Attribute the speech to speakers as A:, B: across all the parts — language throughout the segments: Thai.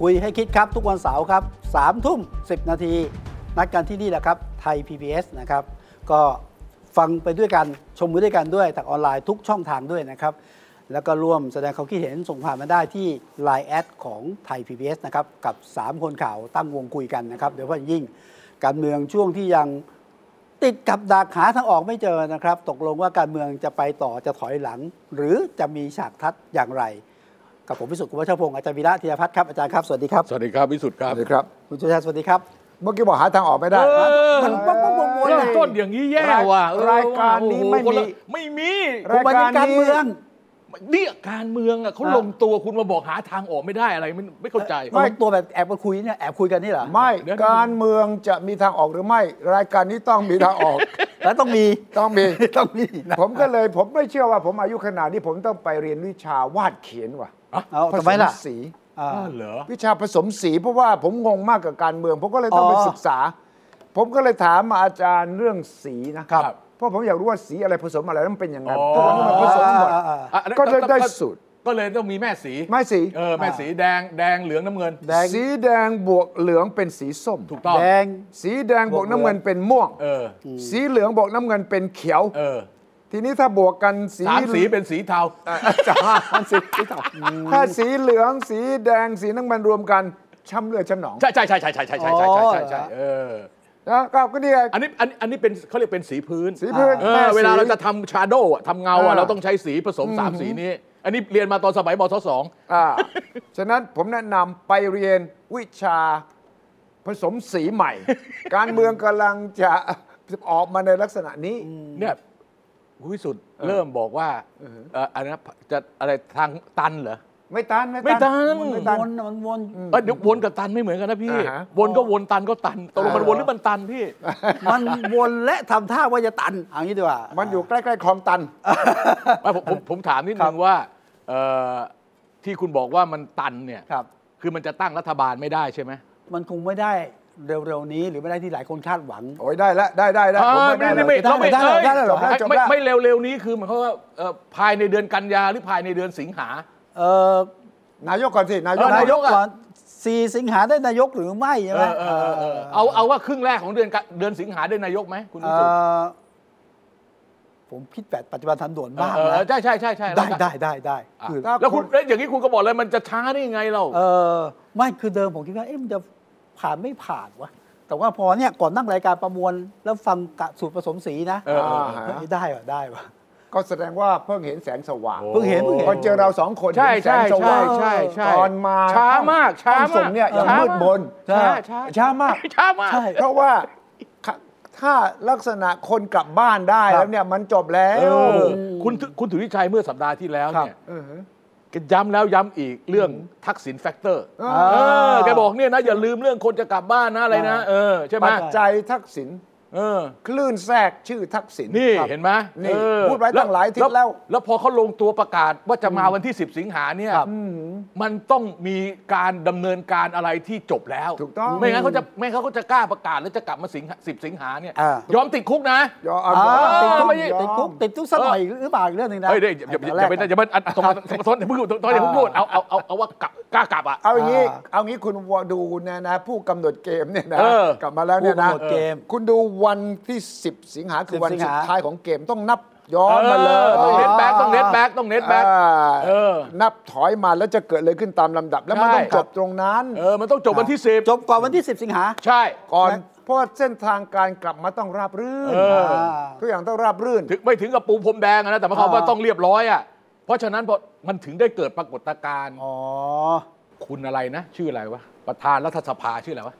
A: คุยให้คิดครับ ทุกวันเสาร์ครับสามทุ่มสินาที นัดกันที่นี่แหละครับ ไทย PBS นะครับ ก็ฟังไปด้วยกัน ชมไปด้วยกันด้วยทางออนไลน์ทุกช่องทางด้วยนะครับ แล้วก็ร่วมแสดงความคิดเห็นส่งผ่านมาได้ที่ Line แอดของไทย PBS นะครับ กับ 3 คนข่าวตั้งวงคุยกันนะครับโดยเฉพาะอย่างยิ่งการเมืองช่วงที่ยัง ติดกับดักหาทางออกไม่เจอนะครับ ตกลงว่าการเมืองจะไปต่อจะถอยหลัง หรือจะมีฉากทัดอย่างไร กับผมพิสุทธิ์กุมวัชรพงศ์อาจารย์วีระธีรพัฒน์ครับอาจารย์ครับ สวัสดีครับ
B: สวัสดีครับวิสุทธ์ครับ
C: สวัสดีครับ
A: คุณชูชาติสวัสดีครับ
C: เมื่อกี้บอกหาทางออกไม่ได้
A: มันปั๊บปั๊บวงวน
B: เริ่
A: เล
B: ม
A: ย
B: ต้นอย่างนี้แย่ว่ะเออ
C: รายการนี้ไม่มี
B: คนละไม่มี
A: ผมมาเป็นการเมือง
B: เนี่ยการเมืองอ่ะเขา
A: ฮะ
B: ลงตัวคุณมาบอกหาทางออกไม่ได้อะไรไม่ไม่เข้าใจ
A: ไม่ตัวแบบแอบมาคุยเนี่ยแอบคุยกันนี่เหรอ
C: ไม่
B: เดี๋ยว
C: การเมืองจะมีทางออกหรือไม่ รายการนี้ต้องมีทางออก
A: แล้วต้องมี
C: ต้องมี
A: ต้องมีนะ
C: ผมก็เลยผมไม่เชื่อว่าผมอายุขนาดนี้ผมต้องไปเรียนวิชาวาดเขียนว่ะ
A: เอา
C: ผ
A: ทำ
C: ส
A: ไม
C: ม
A: ล่ะ
C: สี
A: อ่า
B: อ้าวเหรอ
C: วิชาผสมสีเพราะว่าผมงงมากกับการเมือง ผมก็เลยต้อง
A: อ๋อ
C: ไปศึกษา ผมก็เลยถามอาจารย์เรื่องสีนะครับ เพราะผมอยากรู้ว่าสีอะไรผสมอะไรแล้วมันเป็นยังไง
B: อ๋อ
C: เพราะว่ามันผสมหมด
A: อ่าอ่าอ่า
B: อ่ะอันนั้น
C: ก็เลยได้สูตร
B: ก็เลยต้องมีแม่สี
C: ไม้สี
B: เออแม่สีแดงแดงเหลืองน้ำเงิน
A: แดง
C: สีแดงบวกเหลืองเป็นสีส้ม
B: ถูกต้อง
A: แดง
C: สีแดงบวกน้ำเงินเป็นม่วง
B: เออ
C: สีเหลืองบวกน้ำเงินเป็นเขียว
B: เออ
C: ทีนี้ถ้าบวกกัน สี
B: สามสีเป็นสีเทา
C: จ้าสีเทาถ้าสีเหลืองสีแดงสีน้ำมันรวมกันช้ำเลือดช้ำหนอง
B: ใช่ใช่ใช่ใช่ใช่ใช่ใช่ใช่ใช่ใช่ใช่เออ
C: นะก็ก็นี่ไง
B: อันนี้อันอันนี้เป็นเขาเรียกเป็นสีพื้น
C: สีพื้น
B: เอ
C: แม่
B: อ
C: สี
B: เวลาเราจะทำชาโดว์ทำเงา
C: เอ
B: อะ
C: อ
B: เราต้องใช้สีผสมสามสีนี้ อันนี้เรียนมาตอนสมัยมศสอง
C: อ่าฉะนั้นผมแนะนำไปเรียนวิชาผสมสีให ม่ การเมืองกำลังจะออกมาในลักษณะนี้
B: เนี่ยคุณวิสุทธ์เริ่มบอกว่าเอ่ออันนั้นจะอะไรทางตันเหรอ
C: ไม่ตัน
B: ไม่ตัน
C: ไม่
A: ว
C: ตัน
A: นมันวน
B: เอ้ยเดี๋ยววนกับตันไม่เหมือนกันนะพี่
C: อ่าฮะ
B: วนก็วนตันก็ตันตกลงมัน
A: เออ
B: วนหรือมันตันพี่
A: มันวนและทำท่าว่าจะตันเอางี้ดีกว่า มั
C: มันอยู่ใกล้ๆคลองตัน
B: ไม่ผมผมผมถามนิดนึงว่าเอ่อที่คุณบอกว่ามันตันเนี่ย
A: ครับ
B: คือมันจะตั้งรัฐบาลไม่ได้ใช่ไหม
A: มันคงไม่ได้เร็วๆนี้หรือไม่ได้ที่หลายคนคาดหวัง
C: โอ้ยได้แล้วได้ได้ได้ผม
B: เออ
C: ว่าได้แล้ว
B: เรา
A: ได้เหรอได้เหรอได้เหรอ
B: อ้ย
C: จบแล้ว
B: ไม่ไม่เร็วๆนี้คือหมายความว่าเอ่อภายในเดือนกันยาหรือภายในเดือนสิงหา
A: เออ
C: นายกก่อนสินายก
B: เออ
A: นายกก่อนสี่สิงหาได้นายกหรือไม่ใช่
B: เอ
A: ไหม
B: อเออเออเออเอาเอาว่าครึ่งแรกของเดือนกันเดือนสิงหาได้นายกไหมคุณ
A: เอ
B: วิสุทธ์
A: อผมคิดแบบปัจจุบันทันด่วนบ้าง
B: เออเอ
A: นะ
B: อใช่ใช่ใช่ใช่
A: ได้
B: แล้วกัน
A: ได้ได้ได้คือ
C: ถ้า
B: แล้วคุณเอ้ยอย่างนี้คุณก็บอกเลยมันจะช้าได้ยังไงเรา
A: เออไม่คือเดิมผมคิดว่าเอ๊ะมันจะผ่านไม่ผ่านวะแต่ว่าพอเนี่ยก่อนนั่งรายการประมวล แล้วฟังกะสูตรผสมสีนะ
B: เออเออ
A: เฮ้ยได้ว่ะได้ว่ะ
C: ก็แสดงว่าเพิ่งเห็นแสงสว่าง
A: เพิ่งเห็นเพิ่งเห็น
C: พอเจอเราสองคน
B: ใช่
C: เห็นแส
B: ใช่
C: งส
B: ใช่
C: ว่าง
B: ใช่ใช่
C: ตอนมา
B: ช้ามากช้า
C: ห้องส่
B: มาก
C: งเนี่ยยัง
B: ช้า
C: มืดมน
B: ใช่ใช่
C: ช้ามาก
B: ช้ามาก
A: ใช่
C: เพราะว่าถ้าลักษณะคนกลับบ้านได้แล้วเนี่ยมันจบแล้
B: เอ
C: ว
B: อคุณถือคุณถือวิชัยเมื่อสัปดาห์ที่แล้วเนี่ย
C: เออ
B: แกย้ำแล้วย้ำอีกเรื่องทักษิณแฟกเตอร์
C: เออ
B: เออแกบอกเนี่ยนะ อย่าลืมเรื่องคนจะกลับบ้านนะอะไรนะ เออ ใช่ไหม
C: ปัจจัยทักษิณ
B: เออ
C: คลื่นแทรกชื่อทักษิณ
B: นี่
C: ครับ
B: เห็นไหม
C: นี่
B: เออ
C: พูดไว้ตั้งหลายอาทิตย์แล้ว
B: แล้วพอเขาลงตัวประกาศว่าจะมาวันที่ 10 สิงหาเนี่ยมันต้องมีการดำเนินการอะไรที่จบแล้ว
C: ถูกต้อง
B: ไม่งั้นเขาจะไม่งั้นเขาจะกล้าประกาศแล้วจะกลับมาสิงสิบสิงหาเนี่ย
A: อ่า
B: ยอมติดคุกนะ
C: ยอม
A: อ่า
C: รับ
A: ติดคุก
B: ไม่ใช่
A: ติดคุกติดคุกสักหน่อยหรือเปล่าอีกเรื่องหนึ่งนะ
B: เฮ้ยเดี๋ยวอย่าอย่าอย่าไป
A: แต่แรก
B: อย่าไปอันสองสองสองอย่าเพิ่งพูดตอนอย่าเพิ่งพูดเอาเอาเอาเอาว่ากลับกล้ากลับอ่ะ
C: เอาอย่างนี้
A: อ่า
C: เอางี้คุณวดูนะนะผู้กำหนดเกมเนี่ยนะ
B: เออ
C: กลับมาแล้วเนี่ยนะ
A: ผู้กำหนดเกม
C: คุณดูวันที่ 10 สิงหาคือวัน
A: สิง
C: สุ
A: หา
C: ดท้ายของเกมต้องนับย้อนมาเล
B: เอย อต้องเน็ตแบ็กต้องเน็ตแบ็กต้องเน็ตแบ็ก
C: อ่า
B: เออ
C: นับถอยมาแล้วจะเกิดอะไรขึ้นตามลำดับ แล้วมัน
B: ใช่
C: ต้องจบตรงนั้น
B: เออมันต้องจบวันที่สิบ
A: จบก่อนวันที่ 10 สิงหา
B: ใช่
C: ก่อน
A: และ
C: เพราะว่าเส้นทางการกลับมาต้องราบรื่น
B: เออ
A: อ่า
C: ทุกอย่างต้องราบรื่น
B: ถึงไม่ถึงกับปูพรมแดงอะนะแต่หมายความว่า
A: อ่า
B: ต้องเรียบร้อยอ่ะเพราะฉะนั้นพอมันถึงได้เกิดปรากฏการณ์
A: อ๋อ
B: คุณอะไรนะ ชื่ออะไรวะ ประธานรัฐสภาชื่ออะไรวะ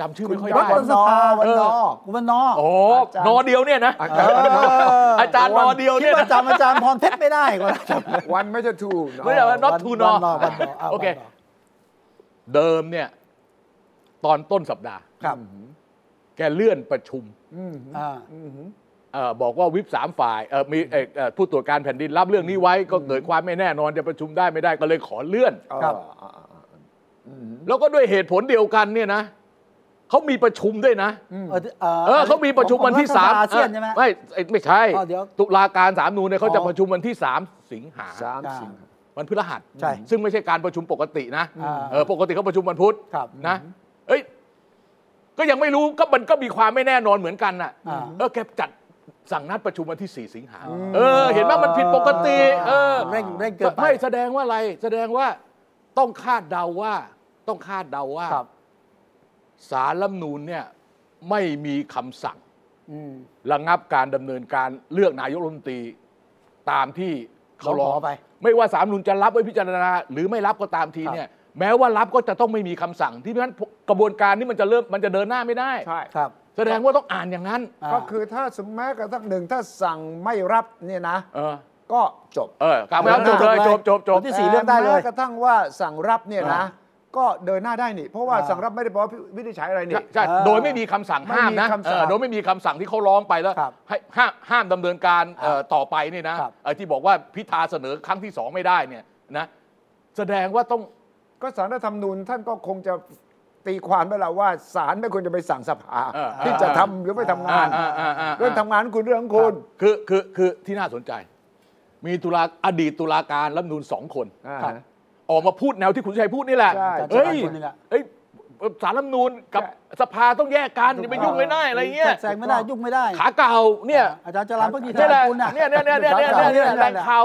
B: จำชื่อไม่ค่อย
C: คุ
B: ได้
C: ณวั
A: วันสภา
C: วันนอ
A: วันนอวันนอ
C: เออ
B: โอ้โห
C: อาจารย์
B: นอเดียวเนี่ยนะ
C: อาจารย์
B: อาจารย์นอเดียว
A: คิ
B: เนี่
A: ด
B: ย
A: ว่า
B: นะ
A: จำอาจารย์พรเพชรไม่ได้ก็
C: วันไม่ใช่ทูเนอะ
B: ไม่ใช่ว่า not
A: วัน
B: to
A: วัน
B: no
A: นอวันนออ่ะ
B: โอเค
A: วันนอ
B: เดิมเนี่ย ตอนต้นสัปดาห์
A: ครับ
B: แกเลื่อนประชุม
A: อ่า
B: เออบอกว่าวิปสามฝ่ายเออมีเอ่อเอ่อผู้ตรวจการแผ่นดินรับเรื่องนี้ไว้ ก็เกิดความไม่แน่นอนจะประชุมได้ไม่ได้ก็เลยขอเลื่อน
A: ครับ
C: อ่าอ่าอ่า
B: แล้วก็ด้วยเหตุผลเดียวกันเนี่ยนะเขามีประชุมด้วยนะ
A: เออเอ
B: เออเขามีประชุมวันที่
A: ของ
B: สาม
A: รัฐสภอาเซียนใช่ไหม
B: ไม่เอ้ยไม่ใช่
A: อ๋อเดี๋ยว
B: ตุลาการสามนูนเนี่ยเขาจะ
A: อ๋อ
B: ประชุมวันที่สามสิงหา
C: สามสิงหา
B: วันพฤหัส
A: ใช่
B: ซึ่งไม่ใช่การประชุมปกตินะ
A: อ่า
B: เออปกติเขาประชุมวันพุธ
A: ครับ
B: นะ เอ้ย ก็ยังไม่รู้ก็มันก็มีความไม่แน่นอนเหมือนกันน่ะ
A: อ่า
B: เออแกจัดสั่งนัดประชุมวันที่สี่สิงหา
A: อืม
B: เออ เห็นไหมมันผิดปกติ เออ
A: เร่งเร่งเกินไป
B: ไม่แสดงว่าอะไรแสดงว่าต้องคาดเดาว่า ต้องคาดเดาว่า
A: ครับ
B: สารรัฐธรรมนูนเนี่ยไม่มีคำสั่ง
A: อืม
B: ระงับการดำเนินการเลือกนายกรัฐมนตรีตามที่เขาร้อง
A: ไป
B: ไม่ว่าสามนุนจะรับไว้พิจารณา หรือไม่รับก็ตามทีเนี่ย แม้ว่ารับก็จะต้องไม่มีคำสั่ง ที่เพราะฉะนั้นกระบวนการนี้มันจะเริ่มมันจะเดินหน้าไม่ได้
C: ใช่
A: ครับ
B: แสดงว่าต้องอ่านอย่างนั้น
A: า
C: ก็คือถ้าสมมติแม้กระทั่งหนึ่งถ้าสั่งไม่รับเนี่ยนะ
B: เออ
C: ก็จบ
B: เออการไม่รับจบเลยจบจบจบ
A: วันที่ สี่เลือกได้เลย
C: แม้กระทั่งว่าสั่งรับเนี่ยนะ
A: อ่า
C: ก็เดินหน้าได้นี่ เพราะว่า
A: อ่า
C: สั่งรับไม่ได้เพราะวินิจฉัยอะไรนี่
B: ใช่ใช่
A: เออ
B: โดยไม่มีคำสั่งห้าม
C: ไม่มี
B: นะ
C: คำสั่ง
B: เออโดยไม่มีคำสั่งที่เขาร้องไปแล้ว
A: ครับ
B: ให้ห้ามห้ามดำเนินการเอ่อต่อไปนี่นะครับ เอ่อที่บอกว่าพิธาเสนอครั้งที่สองไม่ได้เนี่ยนะแสดงว่าต้อง
C: ก็สารรัฐธรรมนูญท่านก็คงจะตีความไปแล้วว่าศาลไม่ควรจะไปสั่งสภา
B: เออ
C: ที่จะทำหรือไม่ทำงาน
B: อ่อ่อ่อ่
C: เรื่องทำงานคุณเรื่องของคุณ
B: คือคือคือที่น่าสนใจ มีตุลาอดีตตุลาการรัฐธรรมนูนสองคน
C: อ่า
A: ครับ
B: ออกมาพูดแนวที่คุณชัยพูดนี่แหละ
C: ใช่
B: เฮ้
A: อา
B: ย
A: จารย์คนนี้แหละ
B: เอ้ยสารรัฐธรรมนูนกับ
C: ใช่
B: สภาต้องแยกกันอย่าไปยุ่งไม่ได้อะไรเงี้ย
A: แทรกแซงไม่ได้ยุ่งไม่ได้
B: ขาเก่าเนี่ย
A: อาจารย์จรัญพักดี
B: เนี่ยแหละ
A: กุลน่ะ
B: เนี่ยเนี่ยเนี่ยเนี่ยเนี่ยเนี่ยแหล่งข่าว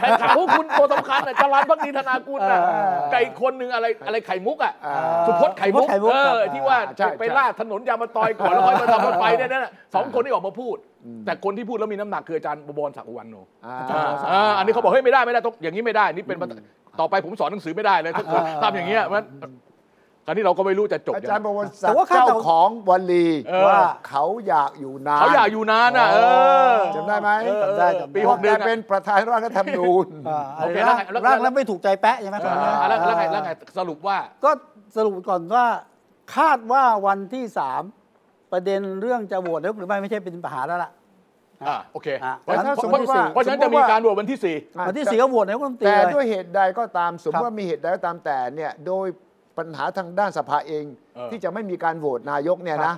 B: แหล่งข่าวของคุณตัวสำคัญน่ะจรัญพักดีธนากุลน่ะ
A: เออ
B: ไก่คนหนึ่งอะไรอะไรไข่มุกอ่ะ
C: อ่า
B: สุพจน์ไข่มุก
A: สุพจน์ไข่มุก
B: เออ
A: ครับ
B: ที่ว่า
C: ใช่
B: ไป
C: ใช่
B: ล่าดถนนยามาตอยก่อนแล้วค่อยมาทำรถไฟเนี่ยนั่นน่ะสองคนที่ออกมาพูด แต่คนที่พูดแล้วมีน้ำหนักคืออาจารย์บวรศักดิ์อุวันโน
C: อ่า
B: อ่าอ่าอันนี้เขาบอกเฮ้ยไม่ได้ไม่ได้ต้องอย่างนี้ไม่ได้นี่เป็นประต่อไปผมสอนหนังสือไม่ได้เลยถ้าเกิด
A: เออ
B: ทำอย่างเงี้ยมันคราวนี้เราก็ไม่รู้จะจบ
C: อา
B: ยัง
C: จารย์
B: ไง
C: บวรศั
A: แต่
C: กดิ์
A: ว่าข้างต่
C: เจ้า
A: อ
C: ของวลี
B: เออ
C: ว่าเขาอยากอยู่นาน
B: เขาอยากอยู่นานน่ะเออ
C: จำได้ไหม
B: เออ
A: จำได้จำได้
B: ปีหกเดื
C: แต่
B: อน
C: เป็นประธานร่างรัฐธรรมนูญ
A: อ่าอะ
B: โอ
A: ไร
B: เค
A: ร่าง
B: แล้วไงแล้ว
A: ร่างแล้วไม่ถูกใจแปะใช่ไหม
B: อ่าแล้วแล้วไงแล้วไงสรุปว่า
A: ก็สรุปก่อนว่าคาดว่าวันที่สามประเด็นเรื่องจะโหวตหรือไม่ไม่ใช่เป็นปัญหาแล้วล่ะ
B: อ่าโอเค
A: อ่ะ
B: เพราะฉะ
C: แต่
B: นั้
C: ถ้าน สมมติว่า
B: เพราะฉะนั้น
C: สม
B: จะ
C: มุติ
B: มี
C: ว่า
B: การโหวตวันที่สี่
C: อ่ะ
A: วันที่สี่ก็โหวตนายกรัฐมนตรี
C: แต่
A: เลย
C: ด้วยเหตุใดก็ตามสมม
A: ครั
C: ติ
A: บ
C: ว่ามีเหตุใดก็ตามแต่เนี่ยโดยปัญหาทางด้านสภาเอง ที่จะไม่มีการโหวตนายกเนี่ยนะ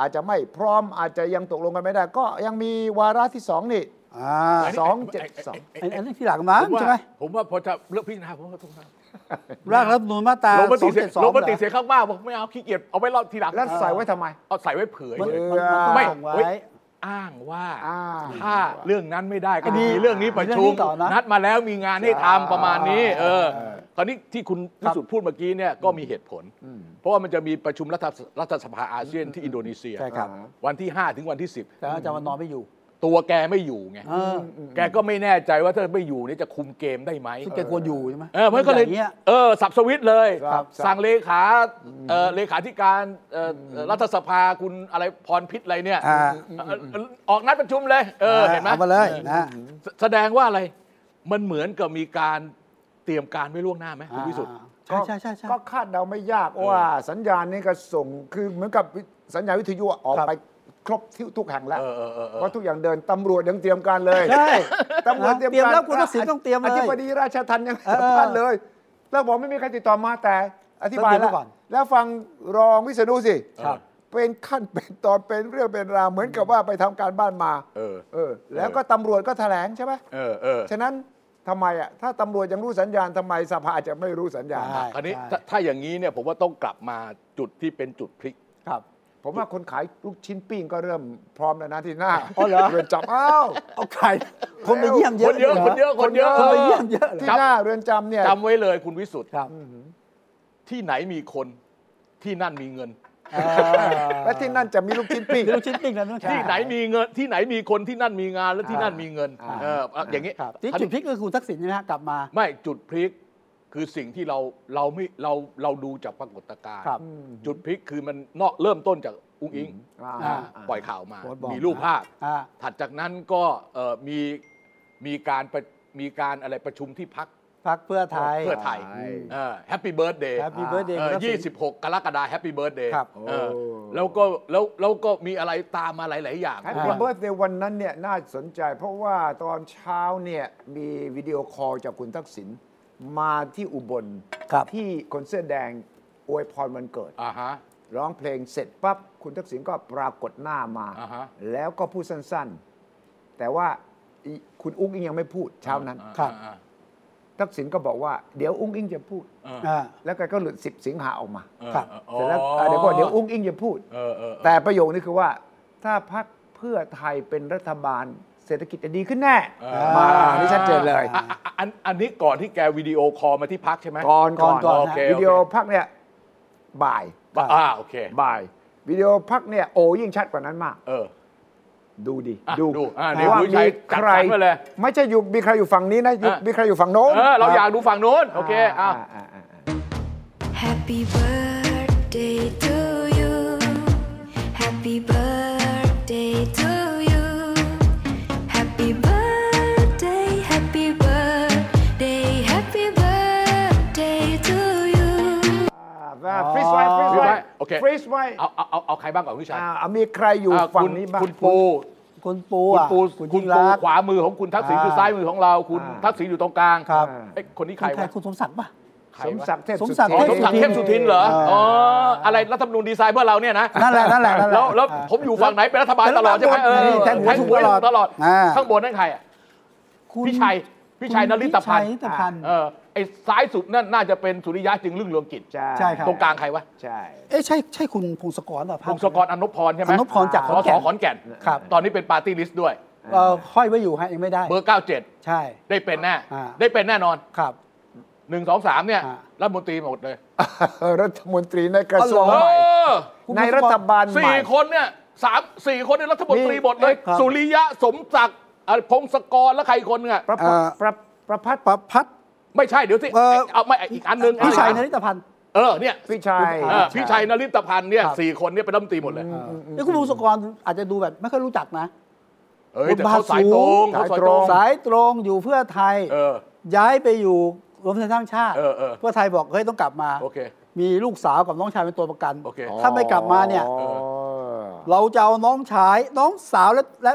C: อาจจะไม่พร้อมอาจจะยังตกลงกันไม่ได้ ก็ยังมีวาระที่สองนี่
A: า
C: แต่ สองเจ็ดสอง
A: อันอันนี้ที่หลังมั้ง
B: ผมว่า
A: ใช่ไหม
B: ผมว่าพอจะเลือกพิจารณาผมว่าต้องทำ
A: ร่างรัฐธรรมนูญมาตรา
B: ลงมติเสีย
A: 272
B: ลงมติ
A: เหร
B: เสียงข้างมากบอกไม่เอาขี้เกียจเอาไว้รอบทีหลัง
C: แล้วใส่ไว้ทำไม
B: เอาใส่ไว้เผื่อ
A: อมัน
B: เฉย
A: มันมัน
B: ไม่
A: ส่งไว้
B: อ้างว่า
C: อ่า
B: ถ้าเรื่องนั้นไม่ได้ก็
A: ดี
B: มีเรื่องนี้ประชุม
A: มีเรื่องนี้ต่อนะ
B: นัดมาแล้วมีงานให้ทำประมาณนี้ เออ
C: เออ
B: คราวนี้ที่คุณพิสุทธิ์พูดเมื่อกี้เนี่ยก็มีเหตุผล เพราะว่ามันจะมีประชุมรัฐรัฐสภาอาเซียนที่อินโดนีเซีย
A: ใช่ครับ
B: วันที่ 5 ถึงวันที่
A: แต่อาจารย์วันนอนไม่อยู่
B: 10 ตัวแกไม่อยู่ไง
A: เออ
B: แกก็ไม่แน่ใจว่าถ้าไม่อยู่เนี่ยจะคุมเกมได้ไหม
A: ซึ่งแกควรอยู่ใช่ไหม
B: เออมันก็เลย
A: างงี้
B: เออสับสวิตช์เลย
C: ครับ
B: สั่งเลขาเออเลขาธิการเอ่ออรัฐสภาคุณอะไรพรพิษอะไรเนี่ย
A: อ่า
B: เออเออออกนัดประชุมเลยเออเห็นไหม
A: อามาเลยนะ
B: แสแสดงว่าอะไร มันเหมือนกับมีการเตรียมการไว้ล่วงหน้าไหมคุณพิสุทธิ์
A: อ่าใช่ใช่ใช่
C: ก็ก็คาดเดาไม่ยากว่าสัญญาณนี้ก็ส่งคือเหมือนกับสัญญาณวิทยุออก
A: ครับ
C: ไปครบที่ทุกแห่งแล้ว
B: เออเออเออเออ
C: เพราะทุกอย่างเดินตำรวจยังเตรียมการเลย
A: ใช่
C: ตำรวจเตรียม
A: เตรียม
C: การ
A: แล้วคุณทักษิณต้องเตรียมเลย
C: ธิบดีราชทัณฑ์ยัง
A: เออ
C: สัมภาษณ์เลย แล้วบอกไม่มีใครติดต่อมาแต่อธิบาย
A: ต้องเตรียมไว้
C: แล้ว
A: ก่อน
C: แล้วฟังรองวิษณุสิ
A: ครับ
C: เป็นขั้นเป็นตอนเป็นเรื่องเป็นราวเหมือนกับว่าไปทำการบ้านมา
B: เออ
C: เออ แล้วก็ตำรวจก็แถลงใช่ไหม
B: เออเออ
C: ฉะนั้นทำไมอ่ะถ้าตำรวจยังรู้สัญญาณทำไมสภาจะไม่รู้สัญญาณ
A: ใช่
B: คราวนี้ถ้าถ้าอย่างนี้เนี่ยผมว่าต้องกลับมาจุดที่เป็นจุดพลิก
A: ครับ
C: ผมว่าคนขายลูกชิ้นปิ้งก็เริ่มพร้อมแล้วนะที่หน้า
A: อ๋อเหรอ
C: เรือนจำอ้าว
A: เอาใครคนไปเยี่ยมเยอะ
B: คนเยอะ
A: หร
B: คนเยอะคนเยอะ
A: คนไปเยี่ยมเยอะเหรอ
C: ที่หน้าเรือนจำเนี่ย
B: จำไว้เลยคุณวิสุทธิ์
A: ครับ
B: ที่ไหนมีคนที่นั่นมีเงิน
A: เอ่อ
C: และที่นั่นจะมีลูกชิ้นปิ้ง
A: มีลูกชิ้นปิ้งแล้วต้องใช้
B: ที่ไหนมีเงินที่ไหนมีคนที่นั่นมีงานและที่นั่นมีเงิน
C: อ่า
B: เออเอาอย่างนี้
A: ครับที่
B: ท่าน
A: จุดพลิกก็คือคุณทักษิณใช่ไหมฮะกลับมา
B: ไม่จุดพลิกคือสิ่งที่เราเราไม่เราเราดูจากปรากฏการณ์
A: ครับ
B: จุดพลิกคือมันนอกเริ่มต้นจากอุ้งอิง
C: อ่า
A: อ่า
B: ปล่อยข่าวมา
A: โพสต์บอก
B: มีรูปภาพ
A: อ่า
B: ถัดจากนั้นก็เอ่อมีมีการประมีการอะไรประชุมที่พัก
A: พักเพื่อไทย
B: เพื่อไทย
C: ใช่
B: แฮปปี้เบิร์ดเดย์
A: Happy Birthday
B: เออ
A: ครับ
B: 26 กรกฎาคมแฮปปี้เบิร์ดเดย์
A: ครับ
C: โอ้
B: แล้วก็แล้วแล้วก็มีอะไรตามมาหลาย ๆ อย่าง
C: แฮปปี้เบิร์ดในวันนั้นเนี่ยน่าสนใจ เพราะว่าตอนเช้าเนี่ยมีวิดีโอคอลจากคุณทักษิณมาที่อุบล
A: ครับ
C: ที่คนเสื้อแดงอวยพรวันเกิด
B: อ่าฮะ
C: ร้องเพลงเสร็จปั๊บคุณทักษิณก็ปรากฏหน้ามา
B: อ่าฮะ
C: แล้วก็พูดสั้นๆ แต่ว่าอีคุณอุ้งอิงยังไม่พูดเช้านั้น
B: อ่
A: ครับ
B: อ่า
C: ทักษิณก็บอกว่าเดี๋ยวอุ้งอิงจะพูด
B: อ่า
A: อ่า
C: แล้วแกก็หลุดสิบสิงหาออกมา
B: อ่า
A: ครับ
B: อ่า
C: เสร็จแล้วอ่ะเดี๋ยวก่อนเดี๋ยวอุ้งอิงจะพูด
B: เออเออเออ
C: แต่ประโยคนี้คือว่า ถ้าพักเพื่อไทยเป็นรัฐบาลเศรษฐกิจจะดีขึ้นแน่
B: เออ
C: มาอันนี้ชัดเจนเลย
B: อ่ะอ่ะอ่ะอันอันนี้ก่อนที่แกวิดีโอคอลมาที่พักใช่ไหม
C: ก่อนก่อน
A: ก่อนก่อน
B: โอเค
C: วิดีโอพักเนี่ยบ่าย
B: อ่าโอเค
C: บ่าย วิดีโอพักเนี่ยโอยิ่งชัดกว่านั้นมาก
B: เออ
C: ดูดิ
B: อ่ะ
C: ดู
B: ดูอ่ะเดี๋ยวคุณชัยจัดสรรไว้เลย
C: ไม่ใช่อยู่มีใครอยู่ฝั่งนี้นะอยู่
B: อ่ะ
C: มีใครอยู่ฝั่งโน้น
B: เออเราอยากดูฝั่งโน้น โอเคอ่ะ
C: อ่าอ่าอ่า
D: Happy birthday to you. Happy birthday to you. Happy birthday, happy birthday, happy birthday to you.
C: อ่าฟรีสไว้ฟรีส
B: ฟรีสไว้
C: ไว้
B: โอเค
C: ฟรีสไว้
B: เอาเอาเอาเอาใครบ้างก่อนคุณชัย
C: อ่าอ่ะมีใครอยู่
B: อ่ะ
C: ฝั่
B: คุ
C: ง
B: ณ
C: นี้บ้าง
B: คุณปู
A: คุณปู
B: คุณ
A: อ่ะ
B: ปู
A: คุณ
B: คุ
A: ยิ่
B: ณ
A: ง
B: ปู
A: รักษณ์
B: ขวามือของคุณทักษิณ
A: อ่า
B: คือซ้ายมือของเราคุณทักษิณอยู่ตรงกลาง
A: ครับ
B: เอ๊ะคนนี้ใค
A: คุ
B: ร
A: ณใคร
B: วะ
A: คุณสมศักดิ์ป่ะ
B: ใคร
C: ส
B: วะ
C: มศักดิ์เทพ
A: สม
C: สุ
A: ศักดิ์
B: อ๋อสมศักดิ์
C: เท
B: เท
C: พ
B: พ
C: สุ
B: สุ
C: ทิ
B: ทิ
C: น
B: นเหรอ
A: เอออ๋
B: อ๋ออะไรรัฐธรรมนูญดีไซน์เพื่อเราเนี่ยนะ
A: นั่นแห ละนั่นแหละนั่นแหละ
B: แล้วแล้วผมอยู่ฝั่งไหนเป็นรัฐบาลตลอดใช่ไหมเออ
A: แทงหัวถูกตลอด
B: ตลอด
A: อ่า
B: ข้างบนนั่นใครอ่ะ
A: คุณ
B: พี่ชัยพี่ชัย
A: คุณ
B: นฤตพันธ์
A: พี่ชัยฤตพันธ์
B: เออไอ้ซ้ายสุดนั่นน่าจะเป็นสุริยะจึงรุ่งเรืองกิจ
A: ใช่ครับ
B: ตรงกลางใครวะ
C: ใช่
A: เอ๊ะใช่ใช่คุณพงศกรเหรอภาพ
B: พงศกรอนพพรใช่ไหม
A: อนุพรจาก
B: ส
A: ขอนแก่
B: ส
A: น
B: ขอนแก่น
A: ครับ
B: ตอนนี้เป็นปาร์ตี้ลิสต์ด้วย
A: เอ่อห้อยไว้อยู่ฮะยังไม่ได้
B: เบอร์ 97
A: ใช่
B: ได้เป็นแน่
A: อ่า
B: ได้เป็นแน่นอน
A: ครับ
B: หนึ่งสองสามเนี่ย
A: อ่า
B: รัฐมนตรีหมดเลย
C: รัฐมนตรีในกระทรวง
B: เอ
C: ใหม่
B: อ
A: คุณ
C: ใน
A: พงศก
C: รัฐบาลให
B: สี่
C: ม่
B: คนเนี่ยสามสี่คนในยรัฐมนตรี
C: นี่
B: หมดเลย
A: ครับ
B: สุริยะสมศักดิ์อ่ะพงศกรและใครอีกคนเนี่ย
C: ประ
A: เอ่
C: พั
A: อ
C: ประประพัฒน์
A: ประพัด
B: ไม่ใช่เดี๋ยวสิ
A: เอ่อ
B: เอาไม่อีกอันหนึง
A: พี่ชัยน
B: อ่ะ
A: ฤตพันธ์
B: เออเนี่ย
C: พี่ชัย
B: เออพี่ชัยนริตพันธ์เนี่ย
A: ครับ
B: สี่คนเนี่ยเป็นรัฐมนตรีหมดเลย
A: นี่คุณพงศกรอาจจะดูแบบไม่ค่อยรู้จักนะ
B: เอ้ยแต่เขาสายตรงเขาสายตรง
A: สายตรงอยู่เพื่อไทย
B: เออ
A: ย้ายไปอยู่รวมไทยสร้างชาติ
B: เออเออ
A: เพื่อไทยบอกเฮ้ยต้องกลับมา
B: โอเค
A: มีลูกสาวกับน้องชายเป็นตัวประกัน
B: โอเค
A: ถ้าไม่กลับมาเนี่ย
C: อ๋อ
A: เราจะเอาน้องชายน้องสาวและและ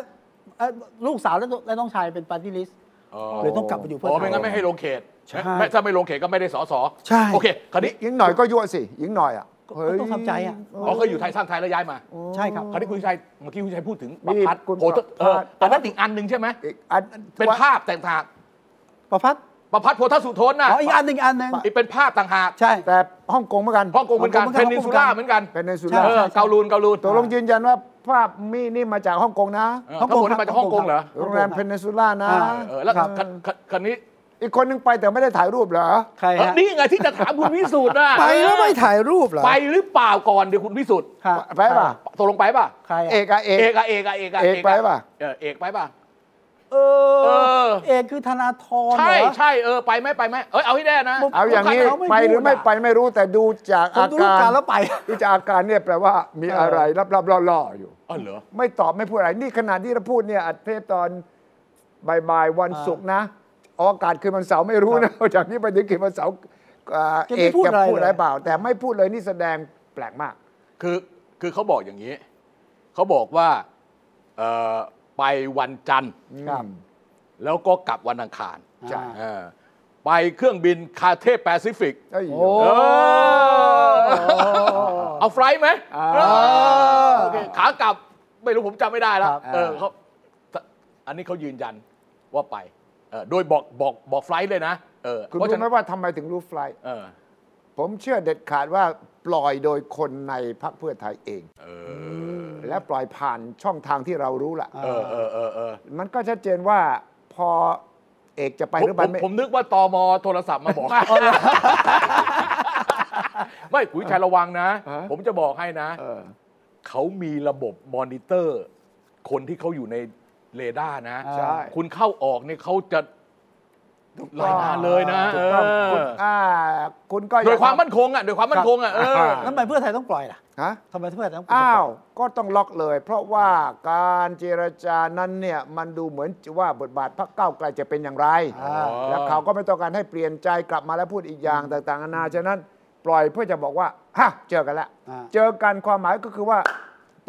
A: เอ่อลูกสาวและและน้องชายเป็นปาร์ตี้ลิสต์
B: อ๋อ
A: เลยต้องกลับไปอยู่เพื่อ
B: อ๋อ
A: ไท
B: ไม่
A: ย
B: งั้นไม่ให้ลงเขต
A: ใช่
B: ไม่ถ้าไม่ลงเขตก็ไม่ได้สอสอ
A: ใช่
B: โอเคคราวนี้
C: หญิงหน่อยก็ยั่วสิหญิงหน่อยอ่ะ
A: ก็
C: เฮ้ย
A: ต้องทำใจอ่ะ
B: อ๋อเคยอยู่ไทยสร้างไทยแล้วย้ายมา
A: ใช่ครับ
B: คราวนี้คุณชัยเมื่อกี้คุณชัยพูดถึงป
C: นี่
B: ระพัด
C: คุณ
B: โอ้
C: ประพัด
B: เอออันนั้นอีกอันหนึ่งใช่ไหม
C: อีกอัน
B: เป็นภาพแต่างหาก
A: ประพัด
B: ประพัดโพธสุทนน่ะ
A: อ๋ออีกอันหนึ่งอีกอันหนึ่ง
B: อีกเป็นภาพต่างหาก
A: ใช่
C: แต่ฮ่องกงเหมือนกัน
B: ฮ่องกงเหมือนกัน
A: ฮ่องกง
B: เพนนินซูล่า
A: เห
B: เห
A: มื
B: มื
A: อ
B: อน น
A: กั
B: กัน น
C: เป็นในสุ
A: ใช่
C: รา
B: เออเกาลูนเกาลูน
C: ตกลงยืนยันว่าภาพมีนี่มาจากฮ่องกงนะ
B: เออทั้งหมดนี่มาจากฮ่องกงเหรอ
C: โรงแรมเพนนินซูล่านะ
A: อ่า
B: เออแล้วคราวคราวคราวนี้
C: อีกคนนึงไปแต่ไม่ได้ถ่ายรูปเหรอ
A: ใคร
B: เออ
A: ฮะ
B: นี่ไงที่จะถามคุณวิสุทธ์น่ะ
A: ไปแล้วไม่ถ่ายรูปเหรอ
B: ไปหรือเปล่าก่อนเดี๋ยวคุณวิสุทธ์
A: ค่ะ
C: ไปป่ะ
B: ตกลงไปป่ะ
A: ใครอะ
C: เอกอะเอ
B: เอก กอะเอกอะเอกอะ
C: เอกไปป่ะ
B: เออเอกไปป่ะ
A: เอ
B: เอ
A: อ
B: อ
A: เอกคือธนาธรเหรอ
B: ใช่ใช่เออไปไหมไปไหมเอ้ยเอาให้แน่นะ
A: ผม
C: เอาอย่างนี้
A: เขาไม่พูดอะ
C: ไปหรือไม่ไปไม่รู้แต่ดูจาก
A: ผม
C: อา
A: ดูรูป
C: การ
A: การแล้วไป
C: ดูจากอาการเนี่ยแปลว่ามีอะไรรับรับล่อล่อๆอยู่
B: อ๋อเหรอ
C: ไม่ตอบไม่พูดอะไร นี่ขนาดที่เราพูดเนี่ยอัดเทปตอนบ่ายๆวัน
A: อ่า
C: ศุกร์นะออกอากาศคืนวันเสาร์ไม่รู้นะว่าจากนี้ไปถึงคืนวันเสาร์อ่า
A: แกไม่
C: เอก
A: พูด
C: จะ
A: อะไร
C: พูดอะไร
A: เลย
C: เปล่า แต่ไม่พูดเลยนี่แสดงแปลกมาก
B: คือคือเขาบอกอย่างนี้ เขาบอกว่าเอ่อไปวันจันทร์
A: ครับ
B: แล้วก็กลับวันอังคาร
C: ใช่
A: อ่า
B: เออไปเครื่องบินคาเทแปซิฟิก
C: เอ้ย
A: โอ้
B: เออ
A: โอ้
B: เอาไฟลท์ไหม
C: อ่า
B: เออโอเคขากลับไม่รู้ผมจำไม่ได้แล้ว
A: ครับ
B: เออเขาอันนี้เขายืนยันว่าไปเออโดยบอกบอกบอกไฟลท์เลยนะเออ
C: คุณ
B: เพราะ
C: รู้
B: ฉะ
C: ไหม
B: นั้น
C: ว่าทำไมถึงรู้ไฟลท์
B: เออ
C: ผมเชื่อเด็ดขาดว่าปล่อยโดยคนในพรรคเพื่อไทยเอง
B: เออ
C: และปล่อยผ่านช่องทางที่เรารู้ละ
B: เออเออเออเออ
C: มันก็ชัดเจนว่าพอเอกจะไปหรือ
B: ผ
C: ไป
B: ม
C: ไม่
B: ผมนึกว่าตอมโทรศัพท์มาบอก ไม่คุยชัยระวังนะ
C: ฮะ
B: ผมจะบอกให้นะ
C: เออ
B: เขามีระบบมอนิเตอร์ คนที่เขาอยู่ในเรดาร์นะ
A: อ่า
C: ใช่
B: คุณเข้าออกเนี่ยเขาจะ หลายนานเลยนะ
C: ถูกต้อง
B: เออ
C: คุณอ่าคุณก็
B: โดยความมั่นคงอ่ะโดยความมั่นคงอ่ะเออ
C: า
A: แล้วทำไมเพื่อไทยต้องปล่อยล่ะ
C: ฮะ
A: ทำไมเพื่อไทยต้องปล่ย
C: อ้าว ก็ต้องล็อกเลย เพราะว่าการเจรจานั้นเนี่ยมันดูเหมือนว่าบทบาทพรรคก้าวไกลจะเป็นอย่างไร
A: อ่า
C: แล้วเขาก็ไม่ต้องการให้เปลี่ยนใจกลับมาแล้วพูดอีกอย่างต่างๆนานาฉะนั้น ปล่อยเพื่อจะบอกว่าฮะเจอกันแล้ว
A: อ่า
C: เจอกันความหมายก็คือว่า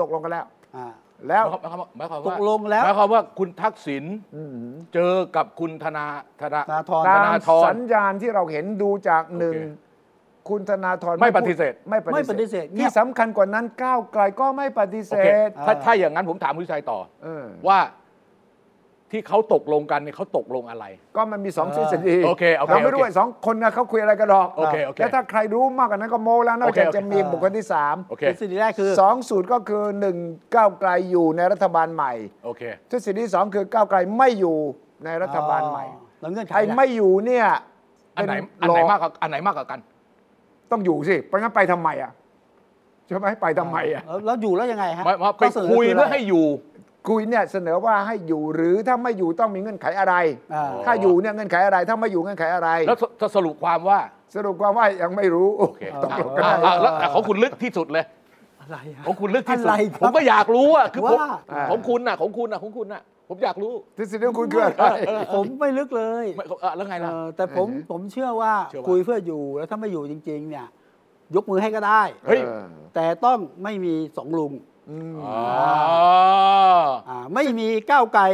C: ตกลงกันแล้ว
A: อ่า
C: แล้ว
B: หมายความ
A: ต
B: ว่าก
A: ลงแล้ว
B: หมายความว่าคุณทักษิณ
C: อืม
B: เจอกับคุณธนาธนา
A: ธนาธร
C: ตาม
B: ธนาธร
C: สัญญาณที่เราเห็นดูจากหนึ่ง
B: โอเค
C: คุณธนาธร
B: ไม่
C: พูด
B: ปฏิเสธ
C: ไม่ปฏิเสธ
A: ไม่ปฏิเสธเงีย
C: ที่
A: บ
C: สำคัญกว่านั้นก้าวไกลก็ไม่ปฏิเส
B: โอเค
C: ธ
B: ถ้าถ้าอย่างนั้นผมถามคุณชัยต่อ
C: เออ
B: ว่าที่เขาตกลงกันเนี่ยเขาตกลงอะไร
C: ก็มันมีสอง
A: เออ
C: ทฤษฎี
B: โอเคโอเค
C: เราไม่รู้
B: โอเค
C: ว่าสองคนนะเขาคุยอะไรกันหรอก
B: โอเคโอเค
C: แล้วถ้าใครรู้มากกว่านั้นก็โมแล้วนอกจาก
B: โอเคโอเค
C: จะมีบุคคลที่สาม
B: โอเค
A: ทฤษฎีแรกคือ
C: สองสูตรก็คือหนึ่งก้าวไกลอยู่ในรัฐบาลใหม่
B: โอเค
C: ทฤษฎีที่สองคือก้าวไกลไม่อยู่ในรัฐบาลใหม่
A: อ๋อแล้วเงื่อนไข
C: ไอ้
A: ล่ะ
C: ไม่อยู่เนี่ย
B: อันไหน
C: เป็
B: อันไหน
C: ร
B: มากกว่าอันไหนมากกว่ากัน
C: ต้องอยู่สิไปงั้นไปทำไมอ่ะใช่ไหมไปทำไมอ่ะ
A: แล้วแล้วอยู่แล้วยังไงฮะ
B: มามาไป
A: ข้อเส
B: คุย
A: นะไร
B: เพื่อให้อยู่
C: คุยเนี่ยเสนอว่าให้อยู่หรือถ้าไม่อยู่ต้องมีเงื่อนไขอะไร
A: อ่า
B: อ๋อ
C: ถ้าอยู่เนี่ยเงื่อนไขอะไร ถ้าไม่อยู่เงื่อนไขอะไร
B: แล้วสจะสรุปความว่า
C: สรุปความว่ายังไม่รู้
B: โอเค
C: ตกลงกัน
B: อ่ะ
C: ได้
B: อ่ะแล้วแต่ของคุณลึกที่สุดเลย
A: อะไรฮะ
B: ของคุณลึกที่สุด
A: อะไรครับ
B: ผมก็อยากรู้อ่ะคือผม
A: ว่า
B: ของคุณน่ะของคุณน่ะของคุณน่ะ ผมอยากรู้
C: ทฤษฎีของคุณคืออะไร
A: ผมไม่ลึกเลย
B: ไม่เอ่อแล้วไงล่ะ
A: เออแต่ผม
C: เออ
A: ผมเชื่อว่า
B: เชื่อว่า
A: คุยเพื่ออยู่แล้วถ้าไม่อยู่จริง ๆ เนี่ย ยกมือให้ก็ได้
B: เฮ้ย
C: ออ
A: แต่ต้องไม่มีสองลุง
C: อืม
B: อ๋อ
A: อ่าไม่มีก้าวไกล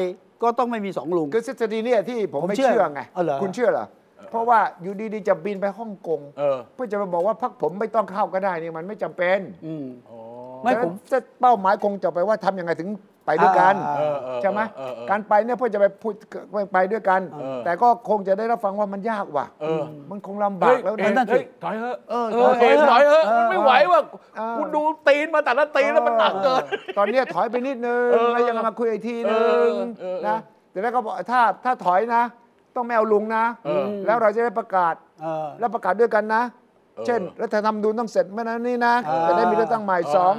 A: ก็ต้องไม่มีสองลุง
C: คือทฤษฎีเนี่ยที่ผม
A: ผม
C: ไม่
A: เชื่อ
C: เชื่อไง
A: เอาเหรอ
C: คุณเชื่อเหรอเพราะว่าอยู่ดีๆจะบินไปฮ่องกง
B: เออ
C: เพื่อจะมาบอกว่าพักผมไม่ต้องเข้าก็ได้เนี่ยมันไม่จำเป็น
A: อืม
B: อ๋อ
A: ไม่ผม
C: ฉะนั้นเป้าหมายคงจะไปว่าทำยังไงถึงไปด้วยกัน
A: อ่า
B: เออเออ
C: ใช่ไหม
B: เออเออ
C: การไปเนี่ยเพื่อจะไปพูดไปด้วยกัน
B: เออ
C: แต่ก็คงจะได้รับฟังว่ามันยากว่ะ
B: เออ
C: มันคงลำบากแล้ว
B: เอ้ย
C: นะ
A: นสิ
B: เอ้ยถอยเถอะ
C: เออ
B: เออเอ็นถอยเถอะมันไม่ไหวว่ะ
C: เออ
B: คุณดูตีนมาแต่ละตีนแล้วมันหนักเกิน
C: ออตอนเนี้ยถอยไปนิดนึง
B: เออ
C: แล้วยังมาคุยอีกทีนึ
B: เออง เออเออ
C: นะแต่แล้วก็บอกถ้าถ้าถอยนะ ต้องไม่เอาลุงนะ
B: เออ
C: แล้วเราจะได้ประกาศ
A: เออ
C: แล้วประกาศด้วยกันนะ
B: เออ
C: เช่นรัฐธรรมนูญต้องเสร็จเมื่อนั้นนี่นะ
A: เออ
C: จะได้มีเลือกตั้งใหม่
B: เออ
C: สอง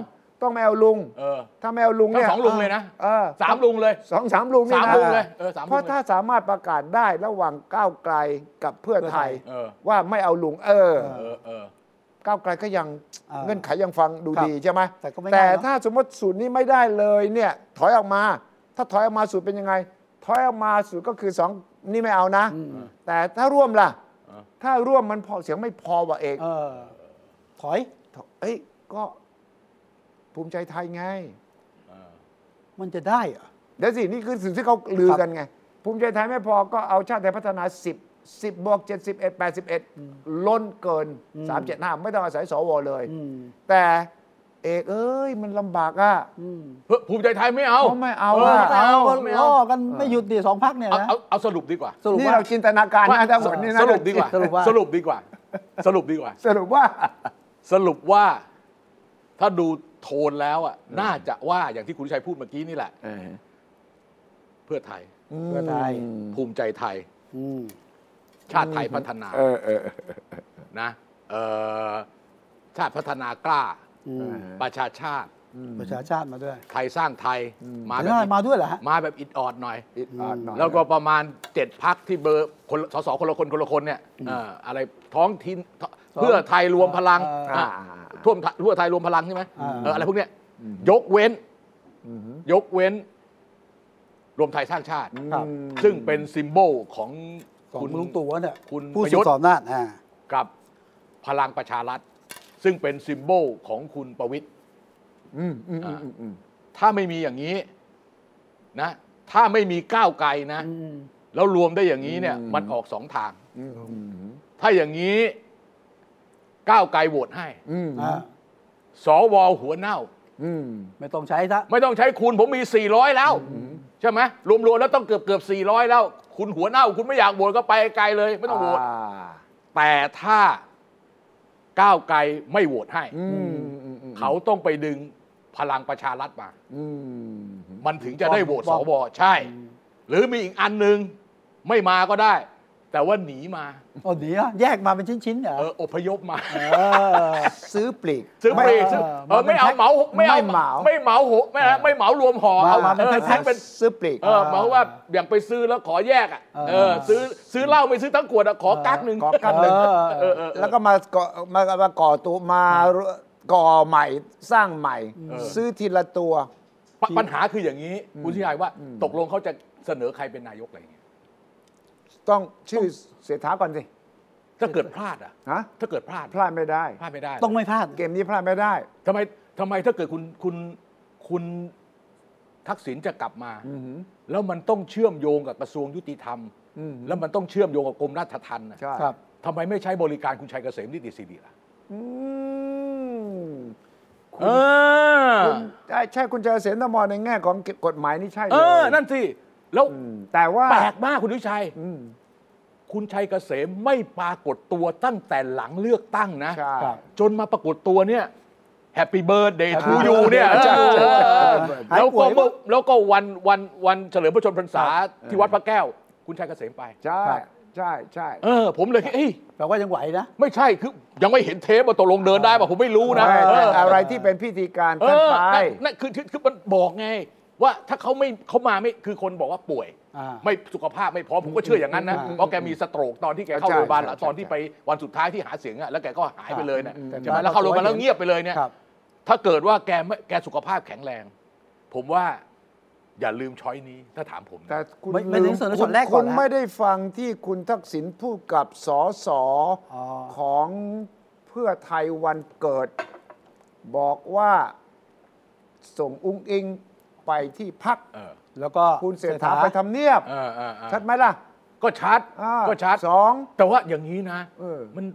C: ต้องไม่เอาลุง
B: เออ
C: ถ้าไม่เอาลุงเนี่ย
B: ต้องสองลุงเลยนะ
C: ออ
B: สามลุงเลย
C: สองสามลุงนี่
B: สาม
C: นะ
B: ลุงเลยเออสามลุงเลย
C: เพราะถ้าสามารถประกาศได้ระหว่างก้าวไกลกับเพื่อไทย
B: เออ
C: ว่าไม่เอาลุงเออ
B: เออเออ
C: ก้าวไกลก็ยัง
A: เออ
C: เงื่อนไขยังฟังดู
A: ครับ
C: ดีใช่ไหม
A: แต่ก็ไม่ง่าย
C: แต่
A: เนอะ
C: ถ้าสมมติสูตรนี้ไม่ได้เลยเนี่ยถอยออกมา ถ้าถอยออกมาสูตรเป็นยังไง ถอยออกมาสูตรก็คือสองนี่ไม่เอานะ แต่ถ้าร่วมล่ะ
B: เออ
C: ถ้าร่วมมันพอเสียงไม่พอว่ะเอก
A: เออถอย
C: เอ้ยก็ภูมิใจไทยไง
A: มันจะได้เหรอ
C: เดี๋ยวสิ นี่คือสิ่งที่เขาลือกันไง ภูมิใจไทยไม่พอก็เอาชาติไทยพัฒนา 10 10บวก71 81 ล้นเกิน
A: อืม
C: 375 ไม่ต้องอาศัยสวเลย
A: อืม
C: แต่เอกเอ้ย มันลำบากอ่ะ
A: อืม
B: เฮ้ยภูมิใจไทยไม่เอา
C: เขาไม่เอา
B: เออ
C: อะ
B: ไม่เอา
A: ก็
B: ไม่
A: ล่
B: เอา
A: อกันไม่หยุดดิสองพักเนี่ย
B: เอา
A: นะ
B: เอาเอาสรุปดีกว่า
A: สรุป
C: นี่
A: ว่า
C: เราจินตนาการ
B: ว่า
C: นะทั้งหมดนี่นะ
B: สรุปดีกว่า
A: สรุปว่า
B: สรุปดีกว่า สรุปดีกว่า
C: สรุปว่า
B: สรุปว่าถ้าดูโทนแล้วอ่ะน่าจะว่าอย่างที่คุณชัยพูดเมื่อกี้นี่แหละ เพื่อไทย
A: เพื่อไทย
B: ภูมิใจไทย
A: อืม
B: ชาติไทยพัฒนา
C: เออเออเออ
B: นะเอ่อชาติพัฒนากล้า
A: อืม
B: ประชาชาติ
A: ประชาชาติมาด้วย
B: ไทยสร้างไทยมาแบ
A: ได้
B: บ
A: มาด้วยเหรอฮะ
B: มาแบบอิดออดหน่อย
C: อิดออดหน่อย
B: แล้วก็ประมาณเจ็ดพักที่เบอร์คนสสคนละคนคนละคนเนี่ยเอ่ออะไรท้องถิ่นท้องเพื่อไทยรวมพลัง
C: อ่า
B: อ่ะท่วมทั่วไทยรวมพลังใช่ไหม
A: อ่า
B: เอออะไรพวกเนี้ยยกเว้น ยกเว้น รวมไทยสร้างชาติ
A: ครับ
B: ซึ่งเป็นซิมโบลของ
A: ของ
B: คุณ
A: คุณลุงตู่เนี่ย
B: คุณ
A: ผู้
B: ประ
A: สื
B: ยุ
A: บ
B: ทธ์
A: สอบนาจอ่า
B: กับพลังประชารัฐ ซึ่งเป็นซิมโบลของคุณประวิตย
C: อืมอืมอืมอืมอืม
B: ถ้าไม่มีอย่างนี้นะ ถ้าไม่มีก้าวไกลนะ แล้วรวมได้อย่างนี้เนี่ยมันออกสองทาง
C: อืมอืม
B: ถ้าอย่างนี้ก้าวไกลโหวตให้
C: อืม
A: อ่า
B: สวหัวเน่า
C: อืม
A: ไม่ต้องใช้ซะ
B: ไม่ต้องใช้คูณผมมี 400 แล้ว ใช่ไหมรวมๆแล้วต้องเกือบเกือบ400 แล้ว คุณหัวเน่า คุณไม่อยากโหวตก็ไปไกลเลย ไม่ต้องโหวต
C: า
B: แต่ถ้าก้าวไกลไม่โหวตให้
C: อืมอืมอืม
B: เขาต้องไปดึงพลังประชารัฐมา
C: อืม
B: มันถึงจะได้โหว
A: บ
B: ตส
A: อก
B: วใช่ หรือมีอีกอันหนึ่งไม่มาก็ได้ แต่ว่าหนีมา
A: โอ้ดีนะแยกมาเป็นชิ้นๆเหรอ
B: เอออพยพมา
A: เออ
C: ซื้อปลีก
B: ซึ่ง
A: ไม่
B: ไม่ซึ่งเออไม่เอาเหมาไม่เอา
C: ไม่เหมา
B: ไม่เหมาหไม่เอาไม่เหมารวมห่อ
A: มา
B: เอา
A: มาเป็น
B: เออ
A: แพ็ค
B: ทั้งเป็น
C: ซื้อปลีก
B: เออหมายว่าอย่างไปซื้อแล้วขอแยกอ่ะ
A: เออ
B: เออซื้อซื้อเหล้าไม่ซื้อทั้งขวดอ่ะขอกักหนึ่ง
C: ขอกั๊กหนึ่ง
B: เออเออเออ
C: แล้วก็มาก่อมามาก่อตัวมาก่อใหม่สร้างใหม่
B: เออ
C: ซื้อทีละตัว
B: ปะปัญหาคืออย่างนี้คุณชิยายว่าตกลงเขาจะเสนอใครเป็นนายกอะไรอย่างเงี้ย
C: ต้องชื่อเสถาก่อนสิ
B: ถ้าเกิดพลาดอ่ะ
C: ฮะ
B: ถ้าเกิดพลาด
C: พลาดไม่ได้
B: พลาดไม่ได้
A: ต้องไม่พลาด
C: เกมนี้พลาดไม่ได้
B: ทำไมทำไมถ้าเกิดคุณคุณคุณทักษิณจะกลับมา แล้วมันต้องเชื่อมโยงกับกระทรวงยุติธรรม
C: อืม
B: แล้วมันต้องเชื่อมโยงกับกรมราชทัณฑ์น่ะ
C: ใช่
A: ครับ
B: ทำไมไม่ใช้บริการคุณชัยเกษมนิติสิริล่ะ
C: อืม
B: เออ
C: คุณใช่ใช่คุณเจอเสนตมองในแง่ของกฎหมายนี่ใช่เล
B: เอย อ นั่นสิแล้ว
C: อืมแต่ว่า
B: แปลกมากคุณวิชัย
C: อืม
B: คุณชัยเกษมไม่ปรากฏตัวตั้งแต่หลังเลือกตั้งนะ
C: ใช่
A: ครับ
B: จนมาปรากฏตัวเนี่ยแฮปปี้เบิร์ดเดย์
A: Happy
B: ทูยูเนี่ย
C: ใช่
B: เออเออเออ
A: หาย
B: แล้ว
A: ป่
B: ก็
A: วยมั้
B: เมื่อย แล้วก็วันวันวันเฉลิมพระชนมพรรษาที่วัดพระแก้ว คุณชัยเกษมไป
C: ใช่ใช่ใช่
B: เออ ผมเลยคิดเอ้ย
A: แปลว่ายังไหวนะ
B: ไม่ใช่คือยังไม่เห็นเทปว่าตกลงเดินได้ป่ะผมไม่รู้นะ
C: ไม่
B: เออ
C: แต่อะไรที่เป็นพิธีการ
B: เอ
C: ท่าน
B: อ
C: ไป
B: นั่นนั่นคือคือคือมันบอกไง ว่าถ้าเขาไม่เขามาไม่คือคนบอกว่าป่วย
A: อ่า
B: ไม่สุขภาพไม่พร้อมผมก็เชื่ออย่างนั้นนะ เพราะแกมีสโตรกตอนที่แกเข้าโรงพยาบาลอะตอนที่ไปวันสุดท้ายที่หาเสียงอะแล้วแกก็หายไปเลยเนี่ยใช่ไหมแล้วเข้าโรงพยาบาลแล้วเงียบไปเลยเนี่ย
A: ครับ
B: ถ้าเกิดว่าแกไม่แกสุขภาพแข็งแรง ผมว่าอย่าลืมช้อยนี้ถ้าถามผมนะ
C: แต่คุณ
A: ไม่ไม่ถึงส่วน
C: ลื
A: ส่วนแรกก่อน
C: คุณ
A: นะ
C: ไม่ได้ฟังที่คุณทักษิณพูดกับสอสอ
A: อ
C: ของเพื่อไทยวันเกิด บอกว่าส่งอุ้งอิงไปที่พัก
B: เออ
A: แล้วก็
C: คุณเศรษฐาไปทำเนียบ
B: เออเออเออ
C: ชัดไหมล่ะ
B: ก็ชัด
C: อ่า
B: ก็ชัด
C: สอง
B: แต่ว่าอย่างนี้นะ
C: เออ
B: มัน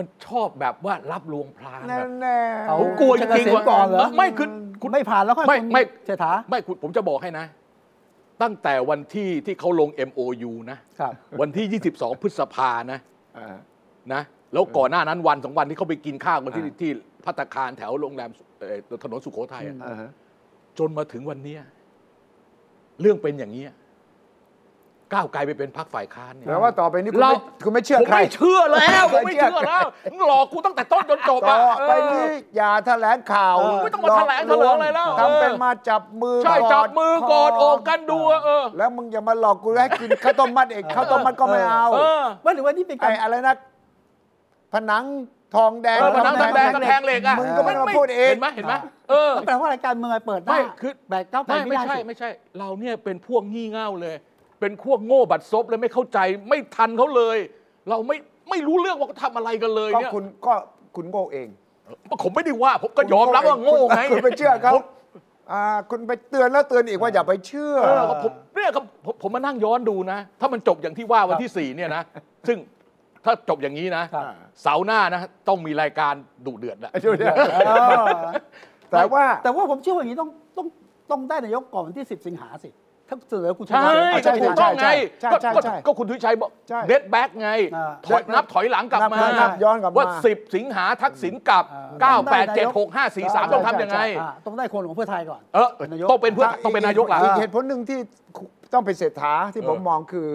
B: มันชอบแบบว่ารับลวงพราง
C: แน่
B: แบบ
C: แน่
A: เอา
B: ผมกลัวจริงๆ
A: คุณชัยเกษมก่อนเหรอ
B: ไม่คือคุณ
A: ไม่ผ่านแล้วค่อย
B: ไม่
A: คุณ
B: ไม่
A: เศรษฐา
B: ไม่คุณผมจะบอกให้นะ ตั้งแต่วันที่ที่เขาลง MOU นะ
A: ครับ
B: วันที่ 22 พฤษภานะ
C: เออ
B: นะ แล้วก่อนหน้านั้นวันสองวันที่เขาไปกินข้าวกันที่
C: อ่า
B: ที่พัตตาคารแถวโรงแรมเอ่อถนนสุโขทัยอะ
C: อ่าฮะ
B: จนมาถึงวันเนี้ยเรื่องเป็นอย่างนี้ยก้าวไกลไปเป็นพรรคฝ่ายค้านเนี่ย
C: แปลว่าต่อไปนี้คุณ
B: เรา
C: ไม่คุณไม่เชื่อ
B: ผม
C: ใคร
B: ไม่เชื่อแล้วผมไม่
C: ไม่เชื่อ
B: เชื่อแล้วมึงหลอกกูตั้งแต่ต้นจนจบ
C: ต่
B: อะ
C: อไปนี้อย่าแถลงข่าว
A: เออ
B: ไม่ต้องมาแถลง
C: หก
B: แถลงอะไรแล้ว
C: ทำเป็นมาจับมือ
B: ใช่
C: กอด
B: จับมือกอดโอบกันดูอะเออ
C: แล้วมึงอย่ามาหลอกกูให้กินข้าวต้มมัดเองข้าวต้มมัดก็ไม่เอา
B: เออ
A: ว่าหรือว่านี่เป็นกา
C: ไอ้
A: ร
C: อะไรนะผนังทองแดง
B: เออผนังทองแดงกำแพงเหล็กอ่ะ
C: มึงก็ไม่ต้องมาพูดเอง
B: เห็นไหมเห็นไหมเออ
A: แปลว่าอะไรายการเมืองเปิดหน้า
B: ไม่คือ
A: แบกก้าวไกลไม่
B: ไม่ไม่
A: ได้
B: ใช่
A: สิ
B: ไม่ใช่ เราเนี่ยเป็นพวกงี่เง่าเลย เป็นพวกโง่บัดซบเลยไม่เข้าใจไม่ทันเขาเลย เราไม่ไม่รู้เรื่องว่าเขาทำอะไรกันเลย
C: ก็
B: เนี่ย
C: คุณก็คุณโง่เอง
B: ผมไม่ได้ว่าผมก็ยอมรับว่าโง่ไง
C: คุณไปเชื่อเขา
B: ผม
C: อ่าคุณไปเตือนแล้วเตือนอีกว่าอย่าไปเชื่อ
B: เออผมเนี่ยครับผมผมมานั่งย้อนดูนะ ถ้ามันจบอย่างที่ว่าวันที่สี่เนี่ยนะ ซึ่งถ้าจบอย่างนี้นะครับ เสาร์หน้านะ ต้องมีรายการดุเดือดแหละ
A: เออ
C: แต่ว่า
A: แต่ว่าผมเชื่อว่าอย่างนี้ต้องต้องต้องได้นายกก่อนวันที่ 10 สิงหาสิถ้าเสนอคุณชนะ
B: ใช่
A: เสนอ
C: ใช่
B: ก็
A: คุณ
B: ถู
A: ชัย
B: กต้องไง
C: ใช่ใช่
B: ก็
C: ใช่
B: ก็คุณทุชัยบอก
C: ใช่
B: เดดแบ็กไง
A: อ่า
B: ถอยนับถอยหลังกลับมา
C: นับนับย้อนกลับมา
B: ว่า 10 สิงหาทักษิณกลับ 9
A: อ่า
B: 8
A: ได้ได้
B: 7 6 5 4 3 ต้องทำยังไง
A: อ่าต้องได้คนของเพื่อไทยก่อน
B: เออต้องเป็นเพื่อต้องเป็นนายกหลัง
C: อีกเหตุผลหนึ่งที่ต้องเป็นเศรษฐาที่
B: เออ
C: ผมมองคือ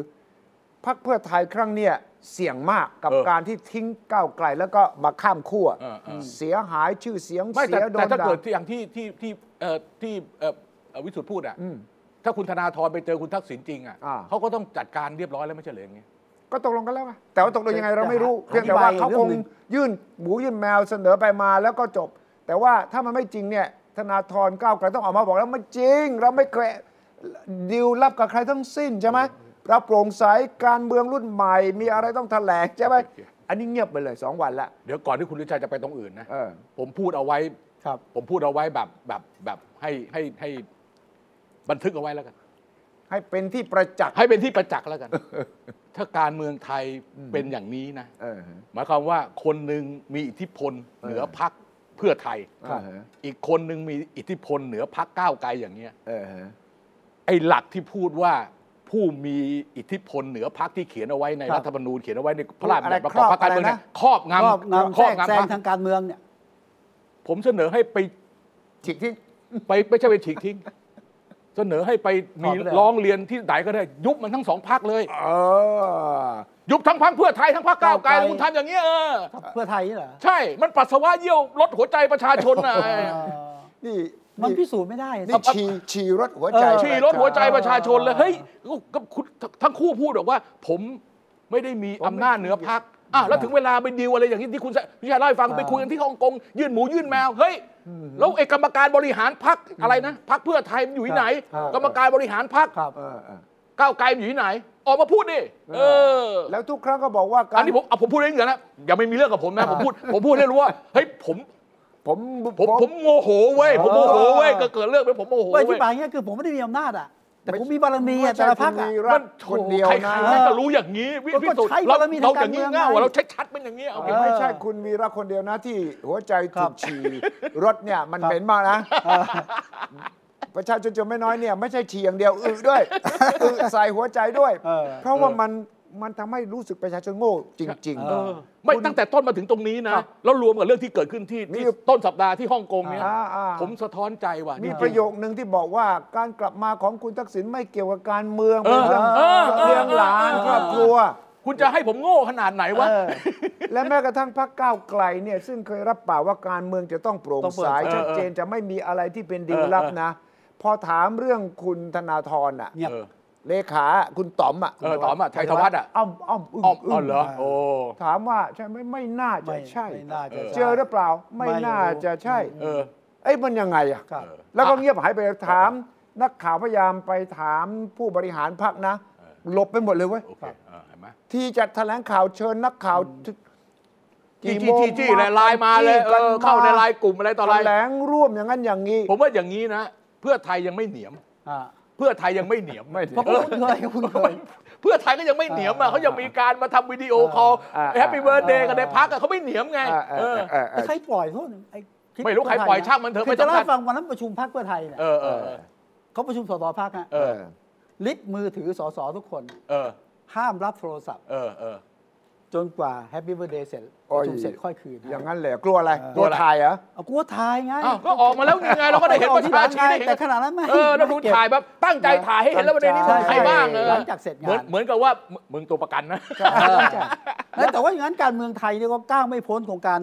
C: พรรคเพื่อไทยครั้งเนี้ยเสี่ยงมากกับ
B: เออ
C: การที่ทิ้งก้าวไกลแล้วก็มาข้ามขั้ว
B: เออเออ
C: เสียหายชื่อเสียง
B: ไม่แต่
C: เสียโด
B: แต่
C: น
B: ถ้า
C: ด่า
B: เกิดอย่างที่ที่ที่เอ่อที่เอ่อเอ่อวิสุทธ์พูดอ่ะถ้าคุณธนาธรไปเจอคุณทักษิณจริงอ่ะ
C: อ่า
B: เขาก็ต้องจัดการเรียบร้อยแล้วไม่ใช่เหรออย่างเงี้ย
C: ก็ตกลงกันแล้วไงแต่ว่าตกลงยังไงเราไม่รู้
A: แต่
C: เพียงแต่ว่า
A: อธิบาย
C: เขาคง
A: เรื่องหนึ่ง
C: ยื่นหมูยื่นแมวเสนอไปมาแล้วก็จบ แต่ว่าถ้ามันไม่จริงเนี่ยธนาธรก้าวไกลต้องออกมาบอกแล้วมันจริง เราไม่เคยดิวลับกับใครทั้งสิ้นใช่ไหมเราโปร่งใสการเมืองรุ่นใหม่ มีอะไรต้องแถลงใช่ไหม
B: โอเค
C: อันนี้เงียบไปเลยสองวันละ
B: เดี๋ยวก่อนที่คุณทุชัยจะไปตรงอื่นนะ
C: เออ
B: ผมพูดเอาไว้
A: ครับ
B: ผมพูดเอาไว้แบบแบบแบบให้ให้ให้บันทึกเอาไว้แล้วกัน
C: ให้เป็นที่ประจักษ์
B: ให้เป็นที่ประจักษ์แล้วกัน ถ้าการเมืองไทยเป็นอย่างนี้นะ
C: เออ
B: หมายความว่าคนหนึ่งมีอิทธิพลเหนือพักเพื่อไทย
C: ครับ
B: อีกคนหนึ่งมีอิทธิพลเหนือพักก้าวไกลอย่างเงี้ย
C: เออฮะ
B: ไอ้หลักที่พูดว่าผู้มีอิทธิพลเหนือพักที่เขียนเอาไว้ใน
A: ครับ
B: รัฐธรรมนูญเขียนเอาไว้ในพระราชบัญญัติประกอบพรรคการเมืองเนี่ยครอบ
A: ครอบ
B: งำ
A: งำ
B: ครอบ
A: แทรกแซ
B: งำพ
A: ง
B: รร
A: ทา
B: ค
A: งการเมืองเนี่ย
B: ผมเสนอให้ไป
C: ฉีกที่
B: ไปไม่ใช่ไปฉีกทิ้ง เสนอให้ไปมี
A: ครอบเลย
B: ร้องเรียนที่ไหนก็ได้ยุบมันทั้งสองพักเลย
C: เออ
B: ยุบทั้งพังเพื่อไทยทั้งพรรคก้าวไกล
A: ก้าวไกล
B: คุณทำอย่างนี้ยเออ
A: เพื่อไทยนี่เหรอ
B: ใช่ มันปัสสาวะเยี่ยวรถหัวใจประชาชนน่ะ
A: เออ
C: นี่
A: มัน
C: นี่
A: พิสูจน์ไม่ได้สิ
C: นี่ฉีฉีรถหัวใจ
A: เออ
B: ฉี่รถหัวใจประชาชนเลย
A: เออ
B: เฮ้ยก็ก็คุณทั้งคู่พูดบอกว่า ผมไม่ได้มีอำนาจเหนือพักอ่ะแล้วถึงเวลาไปดีลอะไรอย่างที่ที่คุณพิชาเล่าให้ฟังไปคุยกันที่ฮ่องกงยื่นหมูยื่นแมวเฮ้ยแล้วไอ้กรรมการบริหารพักอะไรนะพักเพื่อไทยมันอยู่ที่ไหน
A: ครับ
B: กรรมการบริหารพัก
A: ครับ
C: เออเออ
B: ก้าวไกลมันอยู่ที่ไหน ออกมาพูดดิเออ
C: แล้วทุกครั้งก็บอกว่าการ
B: อันนี้ผมเอาผมพูดเองเหรอนะอย่าไม่มีเรื่องกับผมนะผมพูดผมพูดให้รู้ว่าเฮ้ยผม
C: ผม
B: ผมผมโมโหเว้ยผมโมโหเว้ยก็เกิดเรื่องไปผมโมโห
A: ว่า
B: เว้
A: อย ธิบายอย่างเงี้ยคือผมไม่ได้มีอำนาจอ่ะ แต่ผมมีบารมี
C: ไม่
A: อะ
C: ใช่
A: แต่ละพรรค
C: คุ
A: อะ
C: ณวีรัต
B: โถ
C: คนเดียว
B: ใคร
C: นะ
B: ๆน่าจะรู้อย่างนี้วิ
A: ก็
B: พิสุทธิ์
A: ใช้
B: เรา
A: บารมี
B: เรา
A: ทาง
B: อ
A: การ
B: ย่าง
A: เมืองไง
B: นี้เง่าเราชัดๆเป็นอย่างนี้เอา
A: เอ
B: ไป
A: อ
C: ไม่ใช่คุณวีระคนเดียวนะที่หัวใจ
A: ครั
C: ถู
A: บ
C: กฉีรถเนี่ยมัน
A: ครับ
C: เหม็นมากนะ ประชาชนจำนวนไม่น้อยเนี่ยไม่ใช่ฉีอย่างเดียวอึด้วยอึใส่หัวใจด้วย
A: เออ
C: เพราะว่ามันมันทำให้รู้สึกประชาชนโง่จริง
A: เออ
B: ไม่ตั้งแต่ต้นมาถึงตรงนี้นะ แล้วรวมกับเรื่องที่เกิดขึ้นที่
C: มี
B: ที่ต้นสัปดาห์ที่ฮ่องกงเนี่ย
C: อ่าอ่า
B: ผมสะท้อนใจว่ะ
C: ๆ มี
B: จงๆ
C: ประโยคหนึ่งที่บอกว่าการกลับมาของคุณทักษิณไม่เกี่ยวกับการเมือง
B: เอ
C: เป็น
B: อ
C: เรื่อง
B: เออเออ
C: เรื่องหลาน
B: เออ
C: ครอบครัว
B: คุณจะให้ผมโง่ขนาดไหนวะ
C: เออและแม้กระทั่งพรรคก้าวไกลเนี่ยซึ่งเคยรับปากว่าการเมืองจะต้องโปร่ง
A: ต้องโปร่
C: ใส
A: งใส
C: ชัดเจนจะไม่มีอะไรที่เป็นดีลลับนะ พอถามเรื่องคุณธนาธรอ่ะ
A: เงียบ
B: เออ
C: เลขาคุณต๋อมอ่ะคุณ
B: เออต๋อมอ่ะชัยธวัฒน์อ่ะ
C: เอ้อมอ้อม
B: อ๋ออ๋อเหรอโอ้
C: ถามว่าใช่ไหมไม่น่าจะ
A: ไม่
C: ใช่
A: ไม่น่าจะใช่
C: เจอหรือเปล่าไม่
A: ไม่รู้
C: น่าจะใช่
B: เออ
C: เอ้ยมันยังไงอ่ะ
A: ครับ
C: แล้วก็เงียบหายไปถาม นักข่าวพยายามไปถามผู้บริหารพรรคนะหลบไปหมดเลยเว้ย
B: โอเคเออเห็นไหม
C: ที่จะแถลงข่าวเชิญนักข่าวทุก
B: จี้
C: กี่โมง
B: จี้จี้จี้ไลน์มาเลย
C: จี้กัน
B: เออเข้าในไลน์กลุ่มอะไรต่ออะไร
C: แถลงร่วมอย่างนั้นอย่างนี้
B: ผมว่าอย่างนี้นะ เพื่อไทยยังไม่เหนียม
A: อ่า
B: เพื่อไทยยังไม่เหนียม
A: เพราะคุณเคยคุณเคย
B: เพื่อไทยก็ยังไม่เหนียมอ่ะเขายังมีการมาทำวิดีโอคอล
C: อ่าอ่า
B: แฮปปี้เบิร์ดเดย์กันใน
C: อ่า
B: พักอ่ะเขาไม่เหนียมไง
C: เออ
B: เออ
C: เออเออเอ
A: แต่
C: อ
A: ใครปล่อยโทษไอ้คลิป
B: ไม่รู้ใครปล่อยช่างมันเถอะ
A: คืจะ
B: ไม่สำ
A: เล่า
B: คัญ
A: ให้ฟังวันนั้นประชุมพักเพื่อไทยเนี่ย
B: เออเออเออ
A: เขาประชุมสสพักฮะ
B: เออ
C: เออ
A: ลิสต์มือถือสสทุกคน
B: เออ
A: ห้ามรับโทรศัพท์
B: เออเออ
A: จนกว่าแฮปปี้เบ t ร์ a เดย์เสร็จประชุมเสร็จค่อยคืน
C: อย่าง
A: นั้น
C: นั้นแหละกลัวอะไร
B: เออก
C: ลัวถ่ายเหรอ
A: เอากูว่าถ่ายไง
B: อ้าวก็ออกมาแล้วนี่ไงเราก็ได้เห็น
A: ออที่หลัง
B: ประชาชน
A: ไง
B: ได้เห็น
A: แต่ขนาดนั้นไม่
B: เออแล้วดูถ่ายแบบตั้งใจถ่ายให้เห็นแล้วประเด็นนี้มันใครบ้างเออ
A: หลังจากเสร็จ
B: เหมือ
A: า
B: ง
A: น น
B: เหมือนกับว่ามึมึงตัวประกันนะ
A: เออแต่ว่าอย่างนั้นการเมืองไทยเนี่ยก็ก้าวไม่พ้นของการ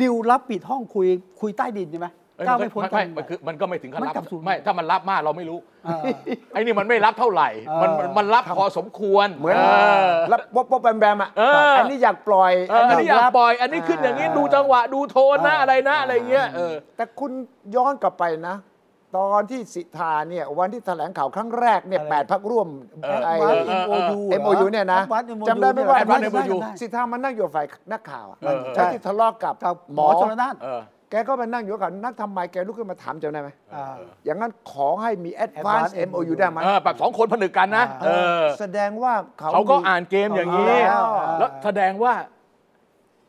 A: ดิวรับปิดห้องคุยคุยใต้ดินใช่ไหม
B: เอ้ย
A: ก้าวไม่พ้น
B: มัน
A: กั
B: ไม่
A: น
B: มันคือมันก็ไม่ถึงขั้น
A: มัน
B: รับ
A: กลับสู่
B: ไม่ถ้ามันรับมากเราไม่รู้
A: เออ
B: ไอ้นี่มันไม่รับเท่าไหร่
A: เออ
B: มันมันมันรับพอสมควร
C: เหมือน
B: เออ
C: รับวบวบแบมแบมอ่ะ
B: เออ
C: อันนี้อยากปล่อย
B: เอออันนี้อยาก
C: รับ
B: ปล่อย อันนี้ขึ้นอย่างนี้
C: เออ
B: ดูจังหวะดูโทนนะอะไรนะอะไรเงี้ยเออ
C: แต่คุณย้อนกลับไปนะ ตอนที่สิทธาเนี่ยวันที่แถลงข่าวครั้งแรกเนี่ย
A: อะไร
C: แปดพักร่วม
B: เออ
C: ไอ้
A: วัด
B: เออ
A: MOU
C: เอ็มโอยูเนี่ยนะ
A: วัด MOU
C: จำได้ไหมว่า
A: เนี่ยวัด
B: MOU
C: สิทธามันนั่งอยู่ฝ่ายนักข่าวอะ
B: เออ
C: ใช่ที่ทะเลาะกับ
A: กับห
C: ห
A: ม
C: ม
A: อ
C: อ
A: ชนละนาน
B: เออ
C: แกก็มานั่งอยู่กับนักทำไมแกลุกขึ้นมาถามจำได้ไหม
A: อ่า
C: อย่างนั้นขอให้มี
A: Advance
C: Advance MOU ได้ไหม
B: เออแบบสองคนผนึกกันนะเออ
C: แสดงว่าเขา
B: เขาก็
C: มี
B: อ่านเกมอย่างนี้
C: เอาแล้ว
B: แล้วแสดงว่า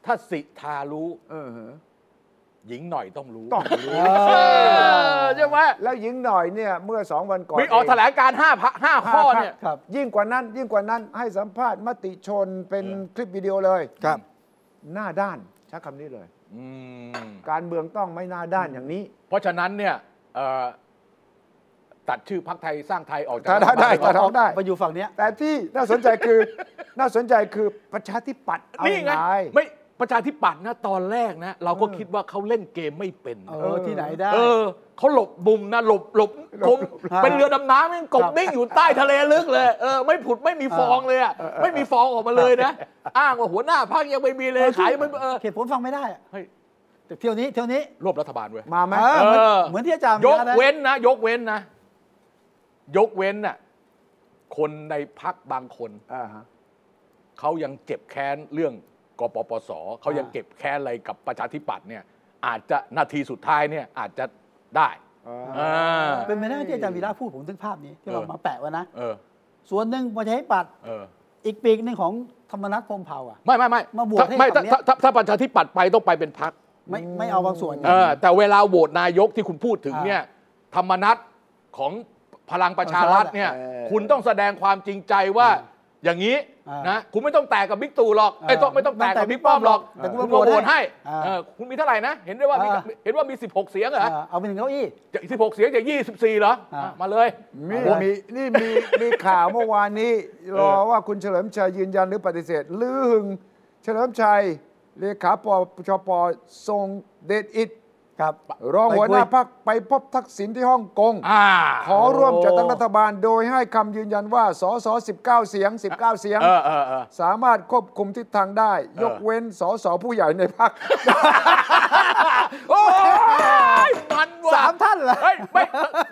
B: ถ้าสิทธารู้
C: เออฮะ
B: หญิงหน่อยต้องรู้
C: ต้องรู้
B: เออใช่ไหม
C: แล้วหญิงหน่อยเนี่ยเมื่อสองวันก่อน
B: มีออกแถลงการห้าพะห้า
C: เง
B: ข้อเนี่ย
C: ครับ ยิ่งกว่านั้น ยิ่งกว่านั้นให้สัมภาษณ์มติชนเป็นคลิปวิดีโอเลย
B: ครับ
C: หน้าด้านใช้คำนี้เลย
B: อืม
C: การเมืองต้องไม่หน้าด้านอย่างนี้
B: เพราะฉะนั้นเนี่ยเอ่อตัดชื่อพักไทยสร้างไทยออกจาก
C: ถ้าได้ได้ถ้า
B: รัฐบาล
C: เอได้
A: ไปอยู่ฝั่งเนี้ย
C: แต่ที่น่าสนใจคือ น่าสนใจคือประชาธิปัตย์เอา
B: นี่ไง
C: ไง
B: ไม่ประชาธิปัตย์นะตอนแรกนะ เราก็คิดว่าเขาเล่นเกมไม่เป็น
A: เอ
B: นะ
A: อ ที่ไหนได้
B: เออเขาหลบบุมนะหลบหลบกลม
A: ครับ
B: เป็นเรือดำน้ำยังก
A: ค
B: บ
A: รับ
B: นิ่งอยู่ใต้ทะเลลึกเลยเออไม่ผุดไม่มีฟองเลยอ่ะไม่มีฟองออกมาเลยนะ อ้างว่าหัวหน้าพักยังไม่มีเลย
A: เออ
B: ขายยังไม่เออ
A: เหตุผลฟังไม่ได้อะ
B: เฮ้ย
A: แต่เที่ยวนี้เที่ยวนี้
B: รวบรัฐบาลเว้ย
C: มาไหม
A: เออเหมือน
B: เออ
A: เหมือนที่อาจารย์
B: ยก
A: ะะ
B: เว้นนะ ยกเว้นนะ ยกเว้นน่ะคนในพักบางคน
C: อ่าฮะ
B: เขายังเจ็บแค้นเรื่องกปปสเขายังเก็บแค้นอะไรกับประชาธิปัตย์เนี่ย อาจจะนาทีสุดท้ายเนี่ยอาจจะได้เออ
A: เป็นไปได้ที่อาจารย์วีระพูดผมถึงภาพนี้ ที่
B: เออ
A: เรามาแปะไว้นะ
B: เออ
A: ส่วนหนึ่งประชาธิปัตย์
B: เออ
A: อีกปีกหนึ่งของธรรมนัฐพรหมเผ่าอ่ะ
B: ไม่ไม่ไม่
A: มาบวช
B: ถ้า
A: ให้
B: ไม่
A: ฝั่งเนี้ย
B: ถ้าถ้าถ้าประชาธิปัตย์ไปต้องไปเป็นพัก
A: ไม่ไม่เอาบางส่วน
B: เออแต่เวลาโหวตนายกที่คุณพูดถึงเนี่ย ธรรมนัตของพลังประชารัฐเนี่ย
C: เออ
B: คุณต้องแสดงความจริงใจว่า อย่างนี้
A: อ่าน
B: นะคุณไม่ต้องแตกกับบิ๊กตู่หรอกไอ้ย
A: อ่า
B: ต้องไม่ต้องแตกกับบิ๊กป้อมหรอก
A: แต่คุณ
B: คุณ
A: มา
B: มา
A: โหว
B: โหว
A: ต
B: ต
A: ให้
B: ให้
A: อ่า
B: เออคุณมีเท่าไหร่นะ เห็นได้ว่ามี
A: อ่า
B: เห็นว่ามี 16 เสียงเหรอ
A: อ่าเอาไปถึงเก้าอี้
B: จะ16 เสียงจาก24เหรอ
A: อ่า
B: อ่ะมาเลย
C: มี
B: โหวต
C: มีนี่มีมีข่าวเมื่อวานนี้ รอว่าคุณเฉลิมชัยยืนยันหรือปฏิเสธลือหึงเฉลิมชัยเลขาปชปทรงเดชอิด
A: ครับ
C: รองหัวหน้า
A: ไปคุย
C: พักไปพบทักษิณที่ฮ่องกง
B: อ่า
C: ขอร่วมจัดตั้งรัฐบาลโดยให้คำยืนยันว่าสส19 เสียง 19 เสียง
B: เออเออเออ
C: สามารถควบคุมทิศทางได้ ยกเว้นสสผู้ใหญ่ในพัก
B: โอ้ยมันว่ะ
A: สามท่านเหรอ
B: เฮ้ยไม่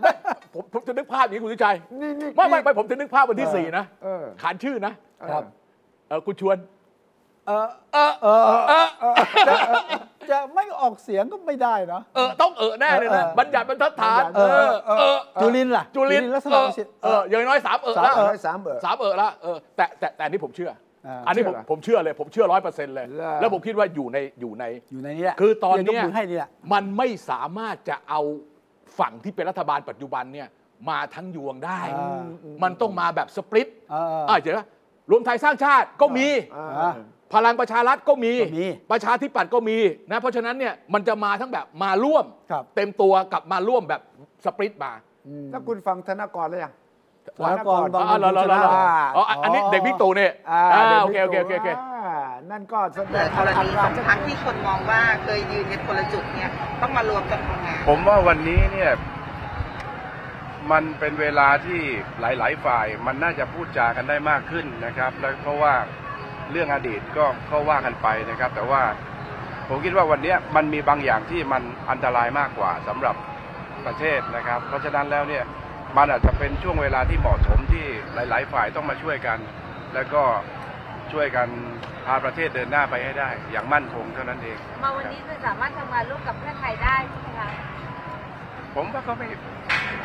B: ไม่ผมผมจะนึกภาพอย่างนี้คุณสุชัย
C: นี่นี่
B: ไม่ไม่ไม่ผมจะนึกภาพวันที่สี่นะ
C: เออ
B: ขานชื่อนะครับ เออคุณชวน
A: เออ
B: เออ
A: เออ
B: เออ
A: จะไม่ออกเสียงก็ไม่ได้เนาะ
B: เออต้องเออแน่เลยนะ
A: เออ
B: บัญญัติบรรทัดฐาน
C: เอ
B: เอ
C: อ
B: อเออ
A: จุลินล่ะ
B: จุลิน
A: ลักษ
B: เอ
A: ณะ
B: อ
A: วิสิทธิ์
B: เอออย่างน้อยสามเออ
C: สาม
B: ละ
C: เออสามเออ
B: สามเออละเออแต่แต่แต่อันนี่ผมเชื่อ
A: อ่า
B: อันนี้ผม
C: เชื่อเหรอ
B: ผมเชื่อเลยผมเชื่อร้อยเปอร์เซ็นต์เลย
C: แล้ว
B: แล้วผมคิดว่าอยู่ในอยู่ใน
A: อยู่ในนี้แหละ
B: คือตอนเนี้
A: เดี๋ยวย กมือให้นี่แหละ
B: มันไม่สามารถจะเอาฝั่งที่เป็นรัฐบาลปัจจุบันเนี่ยมาทั้งยวงได้
A: อ่า
B: มันต้องมาแบบสปริต
A: อ่า
B: อ่าเดี๋ยวนะรวมไทยสร้างชาติก็มี
C: อ่า
A: อ่า
B: พลังประชารัฐก็มี
A: ก็มี
B: ประชาธิปัตย์ก็มีนะเพราะฉะนั้นเนี่ยมันจะมาทั้งแบบมาร่วม
A: ครับ
B: เต็มตัวกับมาร่วมแบบสปริตมา
C: ถ้าคุณฟังธนากรแล้วยัง
A: สถานกรณ์บาง
B: อ๋อเหรอเหรอเหรอเหรออ๋ออันนี้เด็กบิ๊กตู่เนี่ย
C: อ่า
B: อ่า
C: ดี๋ยว
B: โอ
C: พี่
B: เคโอเคโอเคโอเค
C: ตู่อ่านั่นก็แสด
E: แต่
C: ง
E: กรณี
C: ความ
E: สองพักที่คนมองว่าเคยยืนกันคนละจุดเนี่ยต้องมารวมกันทำงาน
F: ผมว่าวันนี้เนี่ยมันเป็นเวลาที่หลาย ๆ ฝ่ายมันน่าจะพูดจากันได้มากขึ้นนะครับ แล้วเพราะว่าเรื่องอดีตก็ก็ว่ากันไปนะครับ แต่ว่าผมคิดว่าวันเนี้ยมันมีบางอย่างที่มันอันตรายมากกว่าสำหรับประเทศนะครับ เพราะฉะนั้นแล้วเนี่ยมันอาจจะเป็นช่วงเวลาที่เหมาะสมที่หลาย ๆ ฝ่ายต้องมาช่วยกัน แล้วก็ช่วยกันพาประเทศเดินหน้าไปให้ได้ อย่างมั่นคงเท่านั้นเอง
G: มาวันนี้จะสามารถทำงานร่วมกับเพื่อไทยได้ใช่ไหมคะ
F: ผมว่าก็ไม่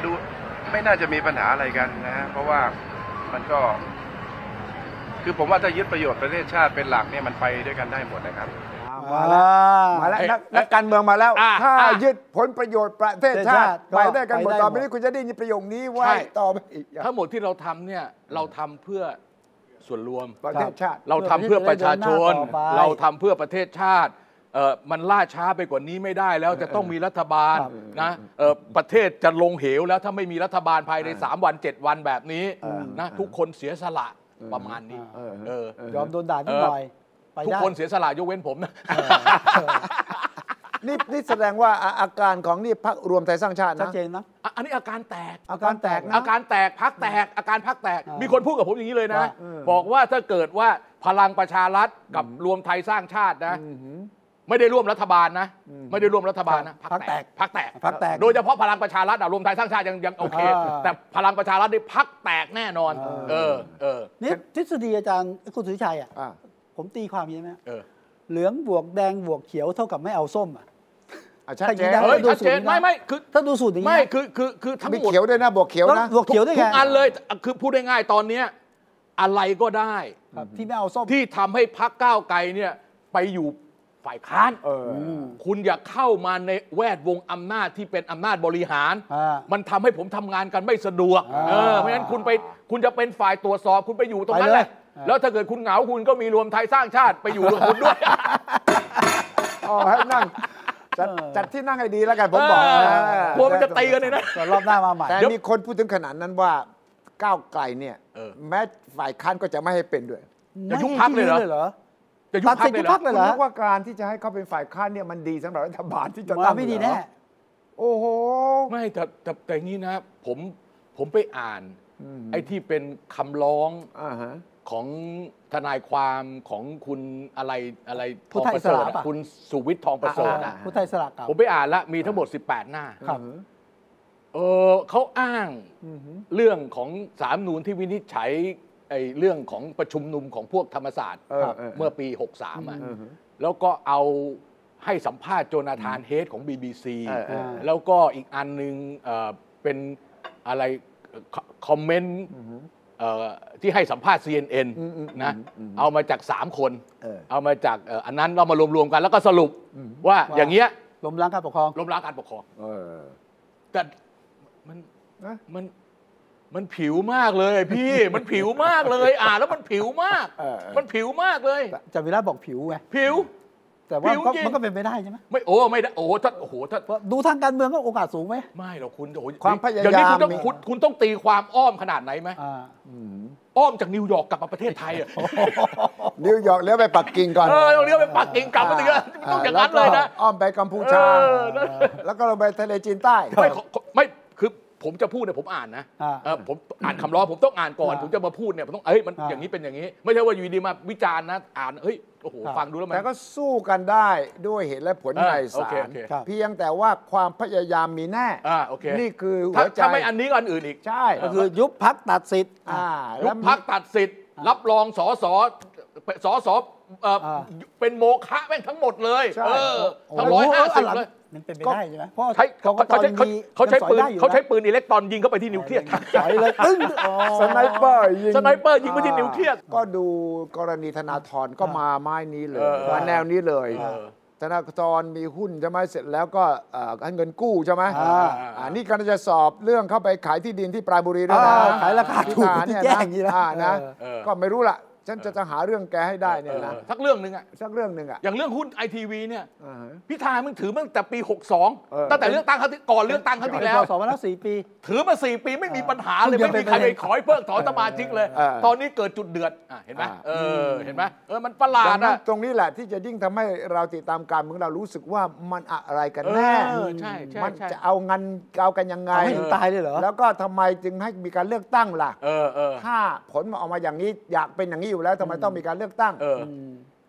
F: ดูไม่น่าจะมีปัญหาอะไรกันนะฮะเพราะว่ามันก็ คือผมว่าถ้ายึดประโยชน์ประเทศชาติเป็นหลักเนี่ยมันไปด้วยกันได้หมดนะครับ
C: อ่ามาแล้วมาแล้วนักนักการเมืองมาแล้ว
B: อ่า
C: ถ้า
B: อ่า
C: ยึดผลประโยชน์ประเทศชาติ
A: ประ
C: ไป
A: เทศชาติ
C: ได้กันหมด
A: ไปได้
C: ต่อ
A: ห
C: ไป
A: มด
C: นี้คุณจะได้ยินประโยคนี้ไว้
B: ใช่
C: ต่อไปอีกอย่าง
B: ทั้งหมดที่เราทำเนี่ยเราทำเพื่อส่วนรวม
C: ประเทศชาติ
B: เราทำเพื่อประชาชน
A: เพื่อประเทศจะได้เดินหน้าต่อไป
B: เราทำเพื่อประเทศชาติเอ่อมันล่าช้าไปกว่านี้ไม่ได้แล้วจะต้องมีรัฐบาลนะเอ่อประเทศจะลงเหวแล้วถ้าไม่มีรัฐบาลภายใน 3 วัน 7 วันแบบนี้นะทุกคนเสียสละประมาณนี้
C: เออ
B: เออย
A: อมโดนด่านิดหน่อยไป
B: ทุก
A: ได้
B: คนเสียสละยกเว้นผมนะ
C: นี่นี่แสดงว่าอาอาการของนี่พักรวมไทยสร้างชาติ
A: ชัด
C: นะ
A: เจนนะ
B: อ่ะอันนี้อาการแตก
A: อาการแตกนะ
B: อาการแตกพักแตกอาการพักแตก
A: อ่ามี
B: มีคนพูดกับผมอย่างนี้เลยนะ
A: ว่าเออ
B: บอกว่าถ้าเกิดว่าพลังประชารัฐกับรวมไทยสร้างชาตินะ ไม่ได้ร่วมรัฐบาลนะ ไม่ได้ร่วมรัฐบาลนะ
A: พรรคแตก
B: พักแตก
A: พรรคแตก
B: โดยเฉพาะพลังประชารัฐอะรวมไทยสร้างชาติยังยังโอเค
A: อ่า
B: แต่พลังประชารัฐนี่พักแตกแน่นอน
A: เออ
B: เออเออ
A: นี่ทฤษฎีอาจารย์คุณสุวิชัยอ่ะ
C: อ่า
A: ผมตีความอยังไงนะ
B: เออ
A: เหลืองบวกแดงบวกเขียวเท่ากับไม่เอาส้มอ่ะ
C: อ่ะชัดเจน
A: ถ้าอย่างนี้
B: เฮ้ย
A: ได้
B: ชัดเจนไม่ไม่คือ
A: ถ้าดูสูตรอย่างนี้
B: ไม่
A: นะ
B: คือคือคือทั้ง
C: มี
B: หมด
C: เขียวด้วยนะบวกเขียวนะ
A: แล้วบวกเขียวด้วยไง
B: ทุกอันเลยคือพูดง่ายๆตอนเนี้ยอะไรก็ได้
A: ครับที่ไม่เอาส้ม
B: ที่ทำให้พักก้าวไกลเนี่ยไปอยู่ฝ่ายค้าน
C: เออ
B: คุณอย่าเข้ามาในแวดวงอำนาจที่เป็นอำนาจบริหาร
A: อ่า
B: มันทำให้ผมทำงานกันไม่สะดวก
A: อ่า
B: เออเพราะฉะนั้นคุณไปคุณจะเป็นฝ่ายตรวจสอบคุณไปอยู่ตรงนั้น
A: ไปเลย
B: แหละ
A: อ่า
B: แล้วถ้าเกิดคุณเหงาคุณก็มีรวมไทยสร้างชาติไปอยู่รวมคุณด้วย
C: อ๋อให้นั่งจัดจัดที่นั่งให้ดีแล้วกันผมบอก
B: เออ
C: นะ
B: กลัวมันจะตีกันเลยนะ
A: แต่รอบหน้ามาใหม่
C: แต่
B: เดี๋ยว
C: มีคนพูดถึงขนาดนั้นว่าก้าวไกลเนี่ย
B: เออ
C: แม้ฝ่ายค้านก็จะไม่ให้เป็นด้วย
B: จะยุบพรรคเลยเหรอ
A: ไม่ที่นี่อ
B: จะยุบ
A: ตัด
B: พั
A: สิ
B: ก
A: ทธิ์
B: เล
A: ยุบ
B: ยเหร
A: พร
B: อ
A: รคเลยเหรอ
C: คุณนึกว่าการที่จะให้เขาเป็นฝ่ายค้านเนี่ยมันดีสำหรับรัฐบาลที่จะ
A: มา
C: ตั้ง
A: ไม่ดี
C: เหรอ
A: แน่
C: โอ้โห
B: ไม่แต่แต่แต่อย่างนี้นะผมผมไปอ่านไอ้ที่เป็นคำร้อง
C: อ่าฮะ
B: ของทนายความของคุณอะไรอะไร
A: พุ
B: ท
A: ท
B: อง
A: ธ
B: ป
A: อิส
B: ระเสริ
A: ระ
B: ฐอะ
A: ปะ
B: คุณสุวิทย์ทองประเสริฐอะ
C: อ่า
A: ผู้ไทยสละเก่า
B: ผมไปอ่านแล้วมีทั้งหมด 18 หน้า
A: ครับ
B: เออเขาอ้างเรื่องของสามนูนที่วินิจฉัยไอ้เรื่องของประชุมนุมของพวกธรรมศาสตร์
C: เออ
B: ครับ
C: เออ
B: เมื่อปี 63อะแล้วก็เอาให้สัมภาษณ์โจนาธานเฮดของ BBC
A: เออ
B: แล้วก็อีกอันหนึงเอ่อเป็นอะไรคอมเมนต์เอ่อที่ให้สัมภาษณ์ CNN นะเอามาจาก 3 คน
C: เออ
B: เอามาจากเอ่ออันนั้นเรามารวมๆกันแล้วก็สรุปว่าอย่างเงี้ย
A: ล้มล้างการปกครอง
B: ล้มล้างการปกครอง
C: เออ
B: แต่มัน
C: นะ
B: มัน มันผิวมากเลยพี่ มันผิวมากเลยอ่านแล้วมันผิวมาก
C: เออเออ
B: มันผิวมากเลย
A: อาจารย์วิระบอกผิวไง
B: ผิว
A: แต่ว่า
B: ผิว
A: ก็
B: จริง
A: มันก็เป็นไปได้ใช่ไหม
B: ไม่โอ้ไม่ได้โอ้ถ้าโอ้โหถ้า
A: เพราะดูทางการเมืองก็โอกาสสูงไหม
B: ไม่หรอกคุณโอ้ย
C: ความพยายาม
B: เดี๋ยวนี้คุณต้อง
C: มี
B: คุณคุณต้องตีความอ้อมขนาดไหนไหม
A: อ่า
B: อ้อมจากนิวยอร์กกลับมาประเทศไทยอ่ะ
C: นิวยอร์กเลี้ยวไปปักกิ่งก่อน
B: เออต้องเลี้ยวไปปักกิ่งกลับมาถึงอะต้องอย่างนั้นเลยนะ
C: แวก็อ้อมไปกัมพูชา
B: เออแล้ว
C: แล้วก็ลงไปทะเลจีนใต้
B: ไม่ขอขอไม่คือผมจะพูดเนี่ยผมอ่านนะ
A: อ่า
B: เออผมอ่านคำร้องผมต้องอ่านก่อน
A: อ่า
B: ผมจะมาพูดเนี่ยผมต้องเอ้ยมัน
A: อ่า
B: อย่างนี้เป็นอย่างนี้ ไม่ใช่ว่าอยู่ดีมาวิจารณ์นะอ่านเฮ้ยโอ้โห
A: ครับ
B: ฟังดูแล้วมัน
C: แต่ก็สู้กันได้ด้วยเหตุและผล
B: เออ
C: ใน
B: โอ
C: ศา
B: เค
C: ล
B: โอเค
A: ครับ
C: เพียงแต่ว่าความพยายามมีแน่
B: อ่าโอเค
C: นี่คือหั
B: ถ้าว
C: ใจ
B: ถ้าไม่อันนี้ก็อันอื่นอีก
C: ใช่
A: ก็คือยุบพักตัดสิทธิ์
C: อ่า
B: ยุ
C: แล้ว
B: บ
C: มี
B: พักตัดสิทธิ์ รับรองสอสอสอสอเอ่ออา เป็นโมฆะแม่งทั้งหมดเลย
C: ใช่
B: เออทั้ง
A: โโ
B: ร้อยห้าสิ
A: น
B: บ
A: หลัง
B: เลย
A: มันเป็นไปได้ใช่ไหมเพราะ
B: ใช้เขา
A: กต
B: เขาใช้เขา
A: มี
B: เขาใช้ปืน
A: ยังสอยได้อยู่ะ
B: เขาใช้ปืนอิเล็กตรอนยิงเข้าไปที่นิวเคลียร์
A: สอยเลยตึ้งอ๋อ
C: สไนเปอร์ยิง
B: สไนเปอร์ยิงไปที่นิวเคลียร์
C: ก็ดูกรณีธนาธรก็มาไม้นี้เลย
B: เออ
C: มาแนวนี้เลย
B: เออ
C: ธนาธรมีหุ้นใช่ไหมเสร็จแล้วก็เอ่อให้เงินกู้ใช่ไหม
A: อ่า
C: อ่านี่กำลังจะสอบเรื่องเข้าไปขายที่ดินที่ปราณบุรีด้วย
A: อ่า
C: นะ
A: ขายราคาถูก
C: พิธา
A: ที่
C: เนี่ย
A: แย่
C: นะ
A: งอย่างนี้นะ
C: อ่านะ
B: เออ
C: ก็ไม่รู้ล่ะ ฉันจะจะหาเรื่องแกให้ได้เนี่ยนะ
B: เออทักเรื่องหนึ่งอะ
C: สักเรื่องหนึ่งอ่ะ
B: อย่างเรื่องหุ้นไอทีวีเนี่ย
C: อ่าฮะ
B: พิธามึงถือมาตั้งแต่ปี
C: เออ
B: 62 ตั้งแต่เลือกตั้งครั้งที่ก่อนเลือกตั้งครั้งที่
A: แล้
B: แล้ว ว
A: สองพันสี่ปี
B: ถือมา 4 ปีไม่มีปัญหาเลย
A: เออ
B: ไม่มีใคร
A: เออ
B: ไปขอยเพิกถอนสมาชิกเลย
C: เออ
B: ตอนนี้เกิดจุดเดือดอ่ะเห็นไหม
C: อ่า
B: เออเห็นไหมเออมันประหลา
C: ดั
B: ด
C: งนั้น
B: อะ
C: ตรงนี้แหละที่จะยิ่งทำให้เราติดตามการเมืองเรารู้สึกว่ามันอะไรกันแน่
B: เออใช่ใช่
C: มัน
B: ใช่
C: จะเอางันเอากันยังไง
A: เอาให้ถึงตายเลยเหรอ
C: แล้วก็ทำไมจึงให้มีการเลือกตั้งล่ะ
B: เออเออ
C: ถ้าผลมาออกมาอย่างนี้อยากเป็นอย่างนี้อยู่แล้วทำไมต้องมีการเลือกตั้ง
B: เออ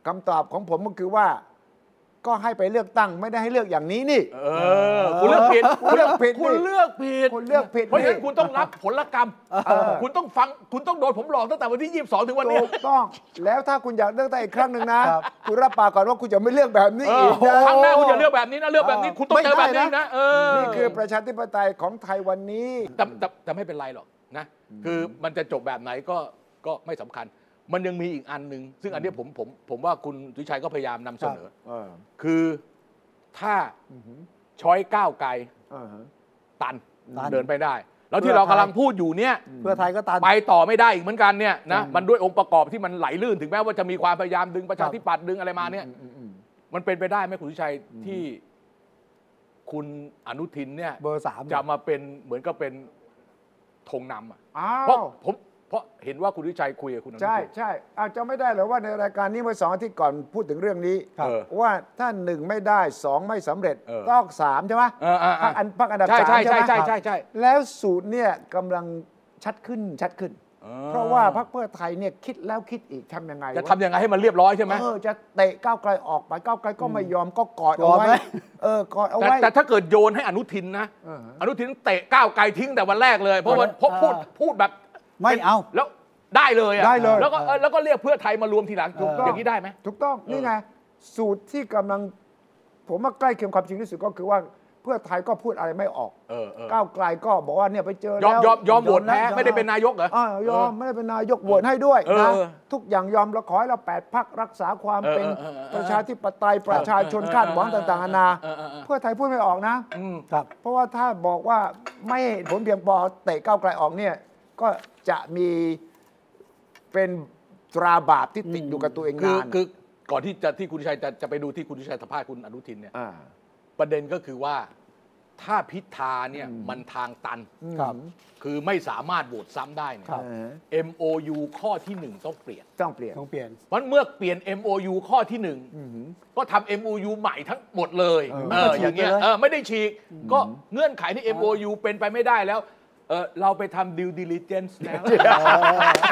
C: คำตอบของผมก็คือว่า ก็ให้ไปเลือกตั้งไม่ได้ให้เลือกอย่างนี้นี่
B: เออ คุณเลือกผิด
C: คุณเลือกผิด
B: คุณเลือกผิด
C: คุณเลือกผิด
B: เพราะฉะนั้
C: นี่
B: นคุณต้องรับผลกรรม คุณต้องฟังคุณต้องโดนผมหลอกตั้งแต่วันที่ 22 ถึงวันเนี้ย
C: ถูกต้อง แล้วถ้าคุณอยากเลือกตั้งอีกครั้งหนึ่งนะคุณรับปากก่อนว่าคุณจะไม่เลือกแบบนี้
B: เอ
C: อี
B: อก
C: นะ
B: ครั้งหน้าคุณอย่าเลือกแบบนี้นะเลือกแบบนี้
C: เออ
B: คุณต้องเจอแบบนี้นะเออ
C: นี่คือประชาธิปไตยของไทยวันนี้
B: แต่แต่แต่ไม่เป็นไรหรอกนะ คือมันจะจบแบบไหนก็ก็ไม่สำคัญ มันยังมีอีกอันหนึ่งซึ่งอันเนี้ยผมผมผมว่าคุณสุชัยก็พยายามนำเสนอ
C: เออ
B: คือถ้าช้อยก้าวไกล
C: เออฮะ
B: ตัน
A: ตัน
B: เดินไปได้ แล้วที่เรากำลังพูดอยู่เนี่ย
A: เพื่อไทยก็ตัน
B: ไปต่อไม่ได้อีกเหมือนกันเนี่ยนะมันด้วยองค์ประกอบที่มันไหลลื่นถึงแม้ว่าจะมีความพยายามดึงประชาธิปัตย์ดึงอะไรมาเนี่ย มันเป็นไปได้ไหมคุณสุชัยที่คุณอนุทินเนี่ย
A: เบอร์สาม
B: จะมาเป็นเหมือนก็เป็นธงนำอะ
C: อ้า
B: เพราะ
C: ว
B: ผมเพราะเห็นว่าคุณสุชัยคุยกับคุณอนุ
C: ใช่
B: ทิน
C: ใช่อาจจะไม่ได้เหรอว่าในรายการนี้เมื่อสองอาทิตย์ก่อนพูดถึงเรื่องนี้
B: ครับเออ
C: ว่าถ้าหนึ่งไม่ได้สองไม่สำเร็จ
B: เออ
C: ต้องสามใช่ไหม
B: เออเออเออ
C: พักอันพักอันดับ
B: ใช่
C: สาม
B: ใช่ใช่
C: ใช่ไหม
B: ใช่ใช่ใช่
C: แล้วสูตรเนี่ยกำลังชัดขึ้นชัดขึ้น
B: อ่
C: เพราะว่าพรรคเพื่อไทยเนี่ยคิดแล้วคิดอีกทำยังไง
B: จะ
C: ว
B: ทำยังไงให้มันเรียบร้อยใช่ไหม
C: เออจะเตะก้าวไกลออกไปก้าวไกลก็ไม่ยอมก็กอดเอา
A: กอด
C: ไว้
A: ไว้
C: เออกอดเอา
B: แต่
C: ไว้
B: แต่ถ้าเกิดโยนให้อนุทินนะ
C: เออฮะ
B: อนุทินเตะก้าวไกลทิ้งแต่วันแรกเลย เพราะว่าเพราะพูดพูดแบบ
A: ไม่เอา
B: แล้วได้เลยอะ
C: ได้เลย
B: แล้วก็เออแล้วก็เรียกเพื่อไทยมารวมทีหลัง
A: ถูกต้อง
B: อย่างนี้ได้ไหม
C: ถูกต้องนี่ไงสูตรที่กำลัง ผมว่าใกล้เคียงความจริงที่สุดก็คือว่าเพื่อไทยก็พูดอะไรไม่ออก
B: เออเออ
C: ก้าวไกลก็บอกว่าเนี่ยไปเจอย
B: อมย
C: แล้ว
B: อมยอมโหว
A: ย
B: ต
A: อมนะ
B: แพ้
A: ยอม
B: ไม่ได้เป็นนายกเหรอ
C: อ่ายอมไม่ได้เป็นนายกโหวตให้ด้วย
B: เออ
C: นะ
B: เออ
C: ทุกอย่างยอมเราขอให้เราแปดพักรักษาความ
B: เออ
C: เป็น
B: เออเออเออ
C: ประชาธิปไตยประชาชนคาดหวังต่างๆนานา
B: เออเออเออ
C: เพื่อไทยพูดไม่ออกนะ
B: อืม
A: ครับ
C: เพราะว่าถ้าบอกว่าไม่ให้เหตุผลเพียงพอเตะก้าวไกลออกเนี่ยก็จะมีเป็นตราบาปที่ติดอยู่กับตัวเอง
B: คือน
C: าน
B: คือก่อนที่จะที่คุณชัยจะจะไปดูที่คุณชัยสัมภาษณ์คุณอนุทินเนี่ย
C: อ่า
B: ประเด็นก็คือว่าถ้าพิธาเนี่ยมันทางตัน
A: ครับ
B: คือไม่สามารถโหวตซ้ำได้เนี่ย
A: ครับ
C: เออ
B: MOU ข้อที่หนึ่งต้องเปลี่ยน
C: ต้องเปลี่ยน
A: ต้องเปลี่ยน
B: เพราะเมื่อเปลี่ยน MOU ข้อที่หนึ่งก็ทำ MOU ใหม่ทั้งหมดเลย
A: เอ
B: เอ
A: อ
B: อ
A: ไม่ได้ฉีก
B: อย่างเงี้ย
A: เลย
B: เออไม่ได้ฉีก ก็เงื่อนไขที่ MOU เป็นไปไม่ได้แล้วเออเราไปทำ due diligence แล้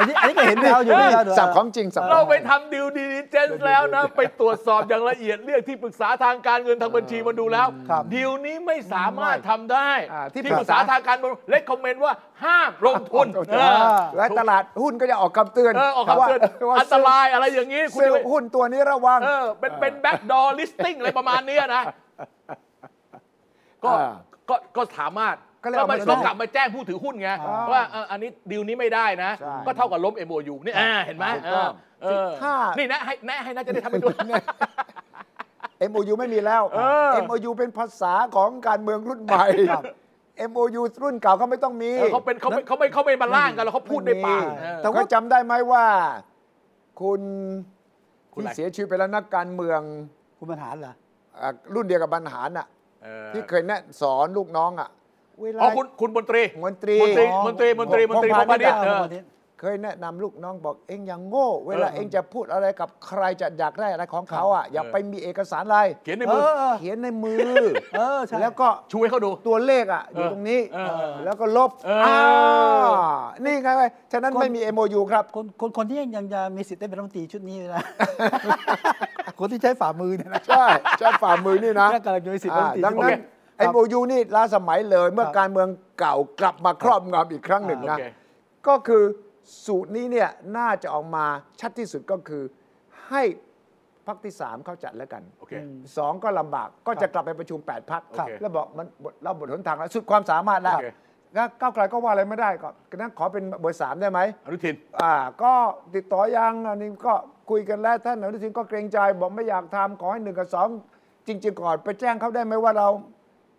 B: ว
A: ันนี้อันนี้ก็เห็นแล้วอยู่แล้ว
C: สับของจริงสับของจ
B: เรา
C: ริง
B: ไปทำดิวดีเจนแล้วนะ ไปตรวจสอบอย่างละเอียดเรียกที่ปรึกษาทางการเงินทางบัญชีมาดูแล้ว
A: ครับ
B: ดิวนี้ไม่สามารถทำได้
C: อ่าที่
B: ที่
C: ปรึ
B: ปรึ
C: ก
B: ก
C: ษา
B: ษาทางการเงินเลคคอมเมนต์ว่าห้ามลงทุนเอ
C: อ่า
B: อ
C: และตลาดหุ้นก็จะออกคำเตือน
B: เออออกคำเตือน
C: ว่า
B: อันตรายอะไรอย่างนี้คุณ
C: ซื้อ
B: จะไป
C: หุ้นตัวนี้ระวัง
B: เออเป็นเป็นแบ็กดอลิสติ้งอะไรประมาณเนี้ยนะก็
C: อ่า
B: ก็ก็สามารถ
C: ก็เลยเอามา
B: มันก็กลับมาแจ้งผู้ถือหุ้นไง
C: อ่า
B: ว่าเอออันนี้ดีลนี้ไม่ได้นะ
C: ใช่
B: ก็เท่ากับล้ม MOU นี่อ่าเห็นไหม
C: ถูกต้อง
B: เออ
C: ถ้า
B: นี่นะให้แนะให้น่าจะได้ทำไปด้วย
C: MOU ไม่มีแล้ว
B: อ
C: MOU เป็นภาษาของการเมืองรุ่นใหม่ MOU รุ่นเก่าเขาไม่ต้องมี
B: เออเขาเป็นเขาไม่เขาไม่เขาไม่มาล่างกันแล้วเขาพูดในปาก
C: ไม่มี
B: เออ
C: แต่ว่าจำได้ไหมว่า คุณ
B: คุณอะ
C: ที่
B: ไร
C: เสียชีวิตไปแล้วนักการเมือง
A: คุณบรรหารเหรอ
C: อ่ะรุ่นเดียวกับบรรหารน่ะ
B: เออ
C: ที่เคยแนะสอนลูกน้องอ่ะเวลา
B: อ๋อคุณคุณมนตรี
C: มนตรี
B: มนตรี
A: อ๋อ
B: มนตรีมนตรีมนตรี
C: พ
B: พ
C: ง
B: ง
C: ษ์
B: ษ์
C: พา
B: พา
C: ณิ
B: ณิ
C: ช
B: ช
C: ย์
B: ย์เออ
C: เคยแนะนำลูกน้องบอกเองอย่างโง่ เวลา
B: เออ
C: เองจะพูดอะไรกับใครจะอยากได้อะไรของเขาอ่ะอย่าไปมีเอกสารอะไร
B: เขียนใน
A: เอ
B: มือ
A: อเออ
C: เขียนในมือ
A: เออใช่
C: แล้วก็
B: ชูให้เขาดู
C: ตัวเลขอ่ะอยู่ตรงนี้
B: เออเออ
C: แล้วก็ลบ
B: เอออ้
C: วนี่ไงไงฉะนั้น
A: คน
C: ไม่มี MOU ครับ
A: คนคนคนที่ยังยังจะมีสิทธิ์ได้เป็นรัฐมนตรีชุดนี้นะ คนที่ใช้ฝ่ามือเนี่ยนะ
C: ใช่ใช่ฝ่ามือนี่นะ
A: น่ากำลังจะมีสิทธิ์
C: อ่า
A: เรื่องที่
C: ดังนั้น
A: โอเค
C: ไอ้โมยูนี่ล้าสมัยเลยเมื่อ
A: ครับ
C: การเมืองเก่ากลับมาครอบงำอีกครั้งหนึ่งนะ
B: โอเค
C: ก็คือสูตรนี้เนี่ยน่าจะออกมาชัดที่สุดก็คือ ให้พักที่สามเข้าจัดแล้วกัน
B: โอเค
C: สองก็ลำบากก็จะกลับไปประชุม 8พัก
B: ครับ
C: แล้วบอกมันหมดเราหมดหนทางแล้วสุดความสามารถแล้ว
B: โอเค
C: แล้วก้าวไกลก็ว่าอะไรไม่ได้ก็งั้นขอเป็นเบอร์สามได้ไหม
B: อนุทิน
C: อ่าก็ติดต่อยังอันนี้ก็คุยกันแล้วท่านอนุทินก็เกรงใจบอกไม่อยากทำขอให้หนึ่งกับสองจริง ๆ ก่อนไปแจ้งเขาได้ไหมว่าเรา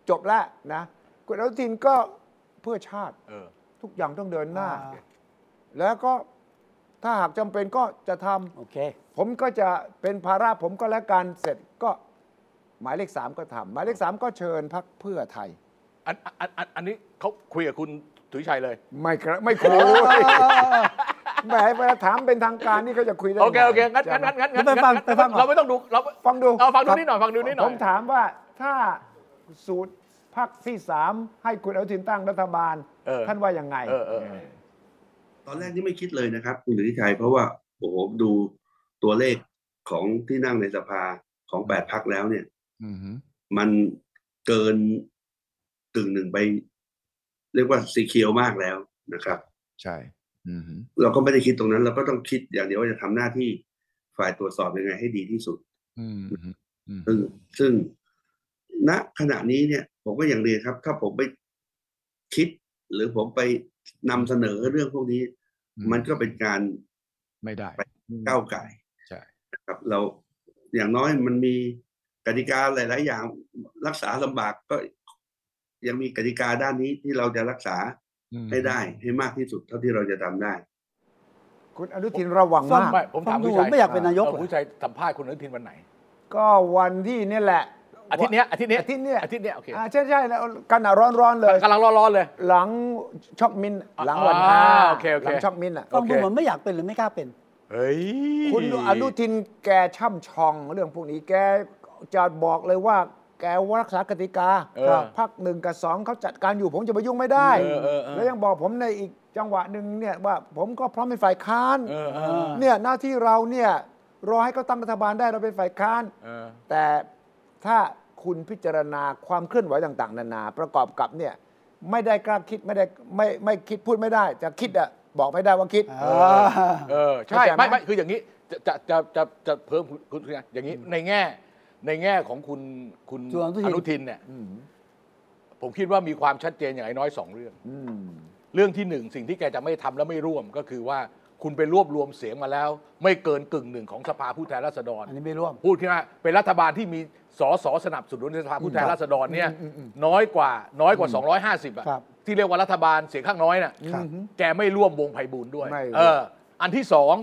C: จบแล้วนะคุณอนุทินก็เพื่อชาติ
B: เออ
C: ทุกอย่างต้องเดินหน้า
A: อ่า
C: แล้วก็ถ้าหากจำเป็นก็จะทำ
A: โอเค
C: ผมก็จะเป็นภาระผมก็แล้วกันเสร็จก็หมายเลขสามก็ทำหมายเลขสามก็เชิญพักเพื่อไทย
B: อันอันอันอันนี้เขาคุยกับคุณถุยชัยเลย
C: ไม่ครับไม่คุยแหมเวลาถามเป็นทางการนี่เขาจะคุยได้
B: โอเค
C: ไง
B: โอเค งั้น
C: ใช่
B: งั้น
C: ไหม
B: งั้นงั้นงั้น
A: ไปฟังไปฟังก่อน
B: เราไม่ต้องดูเรา
C: ฟังดู
B: เอาฟังดู
C: ครับ
B: นิดหน่อย ฟังดูนิดหน่
C: ผ
B: อย
C: มถามว่าถ้าสูตรพักที่สามให้คุณอนุทินตั้งรัฐบาล
B: เออ
C: ท่านว่ายังไง
B: เออเออเออ
H: ตอนแรกนี่ไม่คิดเลยนะครับคุณสุทธิชัยเพราะว่าโอ้โหดูตัวเลขของที่นั่งในสภาของแปดพักแล้วเนี่ยมันเกินกึ่งหนึ่งไป เรียกว่าสีเขียวมากแล้วนะครับ
I: ใช่อืมฮึ
H: เราก็ไม่ได้คิดตรงนั้น เราก็ต้องคิดอย่างเดียวว่าจะทำหน้าที่ฝ่ายตรวจสอบยังไงให้ดีที่สุด
I: อืมฮึอืมฮึ
H: ซึ่งซึ่งณขณะนี้เนี่ย ผมก็อย่างเรียนครับ ถ้าผมไปคิด หรือผมไปนำเสนอเรื่องพวกนี้ มันก็เป็นการ
I: ไม่ได้
H: ก้าวไก่
I: ใช่
H: นะครับ เราอย่างน้อยมันมีกติกาหลาย ๆ อย่างรักษาลำบากก็ ยังมีกติกาด้านนี้ที่เราจะรักษา
I: อืม
H: ให้ได้ให้มากที่สุดเท่าที่เราจะทำได้
C: คุณอนุทินระวัง
A: ฟัง
C: มาก
B: ไม่ ผมถาม
A: ฟังดู
B: ผู้ชัย
A: ไม่อยากเป็นนายก
B: ออ
A: เหรอ
B: ผู้ชัยสัมภาษณ์คุณอนุทินวันไหน
C: ก็วันที่นี่แหละ
B: อาทิตย์เนี้ยอาทิตย์เนี้ย
C: อาทิตย์เนี้ย
B: อาทิตย์เนี้ยโอเค
C: อ่าใช่ใช่แล้วกันอ่ะร้อนๆเลย
B: กำลังร้อนๆเลย
C: หลังช็อกมินหลังวันห้า
B: อ่าโอเคโอเค
C: หลังช็อกมินอ่ะ
A: ฟังดูเหมือนไม่อยากเป็นหรือไม่กล้าเป็น
B: เฮ้ย
C: คุณอนุทินแกช่ำชองเรื่องพวกนี้แกจะบอกเลยว่า แกว่ารักษากติกา
B: เออ
C: ครับพักหนึ่งกับสองเขาจัดการอยู่ผมจะไปยุ่งไม่ได้
B: เออเออเออ
C: แล้วยังบอกผมในอีกจังหวะหนึ่งเนี่ยว่าผมก็พร้อมเป็นฝ่ายค้าน
B: เออเออ
C: เนี่ยหน้าที่เราเนี่ยรอให้เขาตั้งรัฐบาลได้เราเป็นฝ่ายค้าน
B: เออ
C: แต่ถ้าคุณพิจารณาความเคลื่อนไหวต่างๆ นานา ประกอบกับเนี่ยไม่ได้กล้าคิดไม่ได้ไม่ไม่คิดพูดไม่ได้ จะคิดอะบอกไม่ได้ว่าคิด
B: เออใช่
C: เข้าใจไหม
B: ไม่ไม่คืออย่างนี้จะจะจะจะจะเพิ่มคุณคุณอย่างนี้ในแง่ในแง่ของคุณคุณ
A: คุณอนุทิน
B: อนุทินเนี่ย
C: อืม
B: ผมคิดว่ามีความชัดเจนอย่างน้อยสองเรื่อง
C: อืม
B: เรื่องที่หนึ่งสิ่งที่แกจะไม่ทำและไม่ร่วมก็คือว่าคุณไปรวบรวมเสียงมาแล้ว ไม่เกินกึ่งหนึ่งของสภาผู้แทนราษฎร
A: อันนี้ไม่ร่วม
B: พูดขึ้นมาเป็นรัฐบาลที่มีสสสนับสนุนในสภาผู้แทนราษฎรเนี่ยน้อยกว่าน้อยกว่า 250อ่ะ
A: ครับ
B: ที่เรียกว่ารัฐบาลเสียงข้างน้อยน่ะ
C: ครับ
B: แกไม่ร่วมวงไพบูลย์ด้วย
C: ไม่ร่วม
B: เอออันที่สอง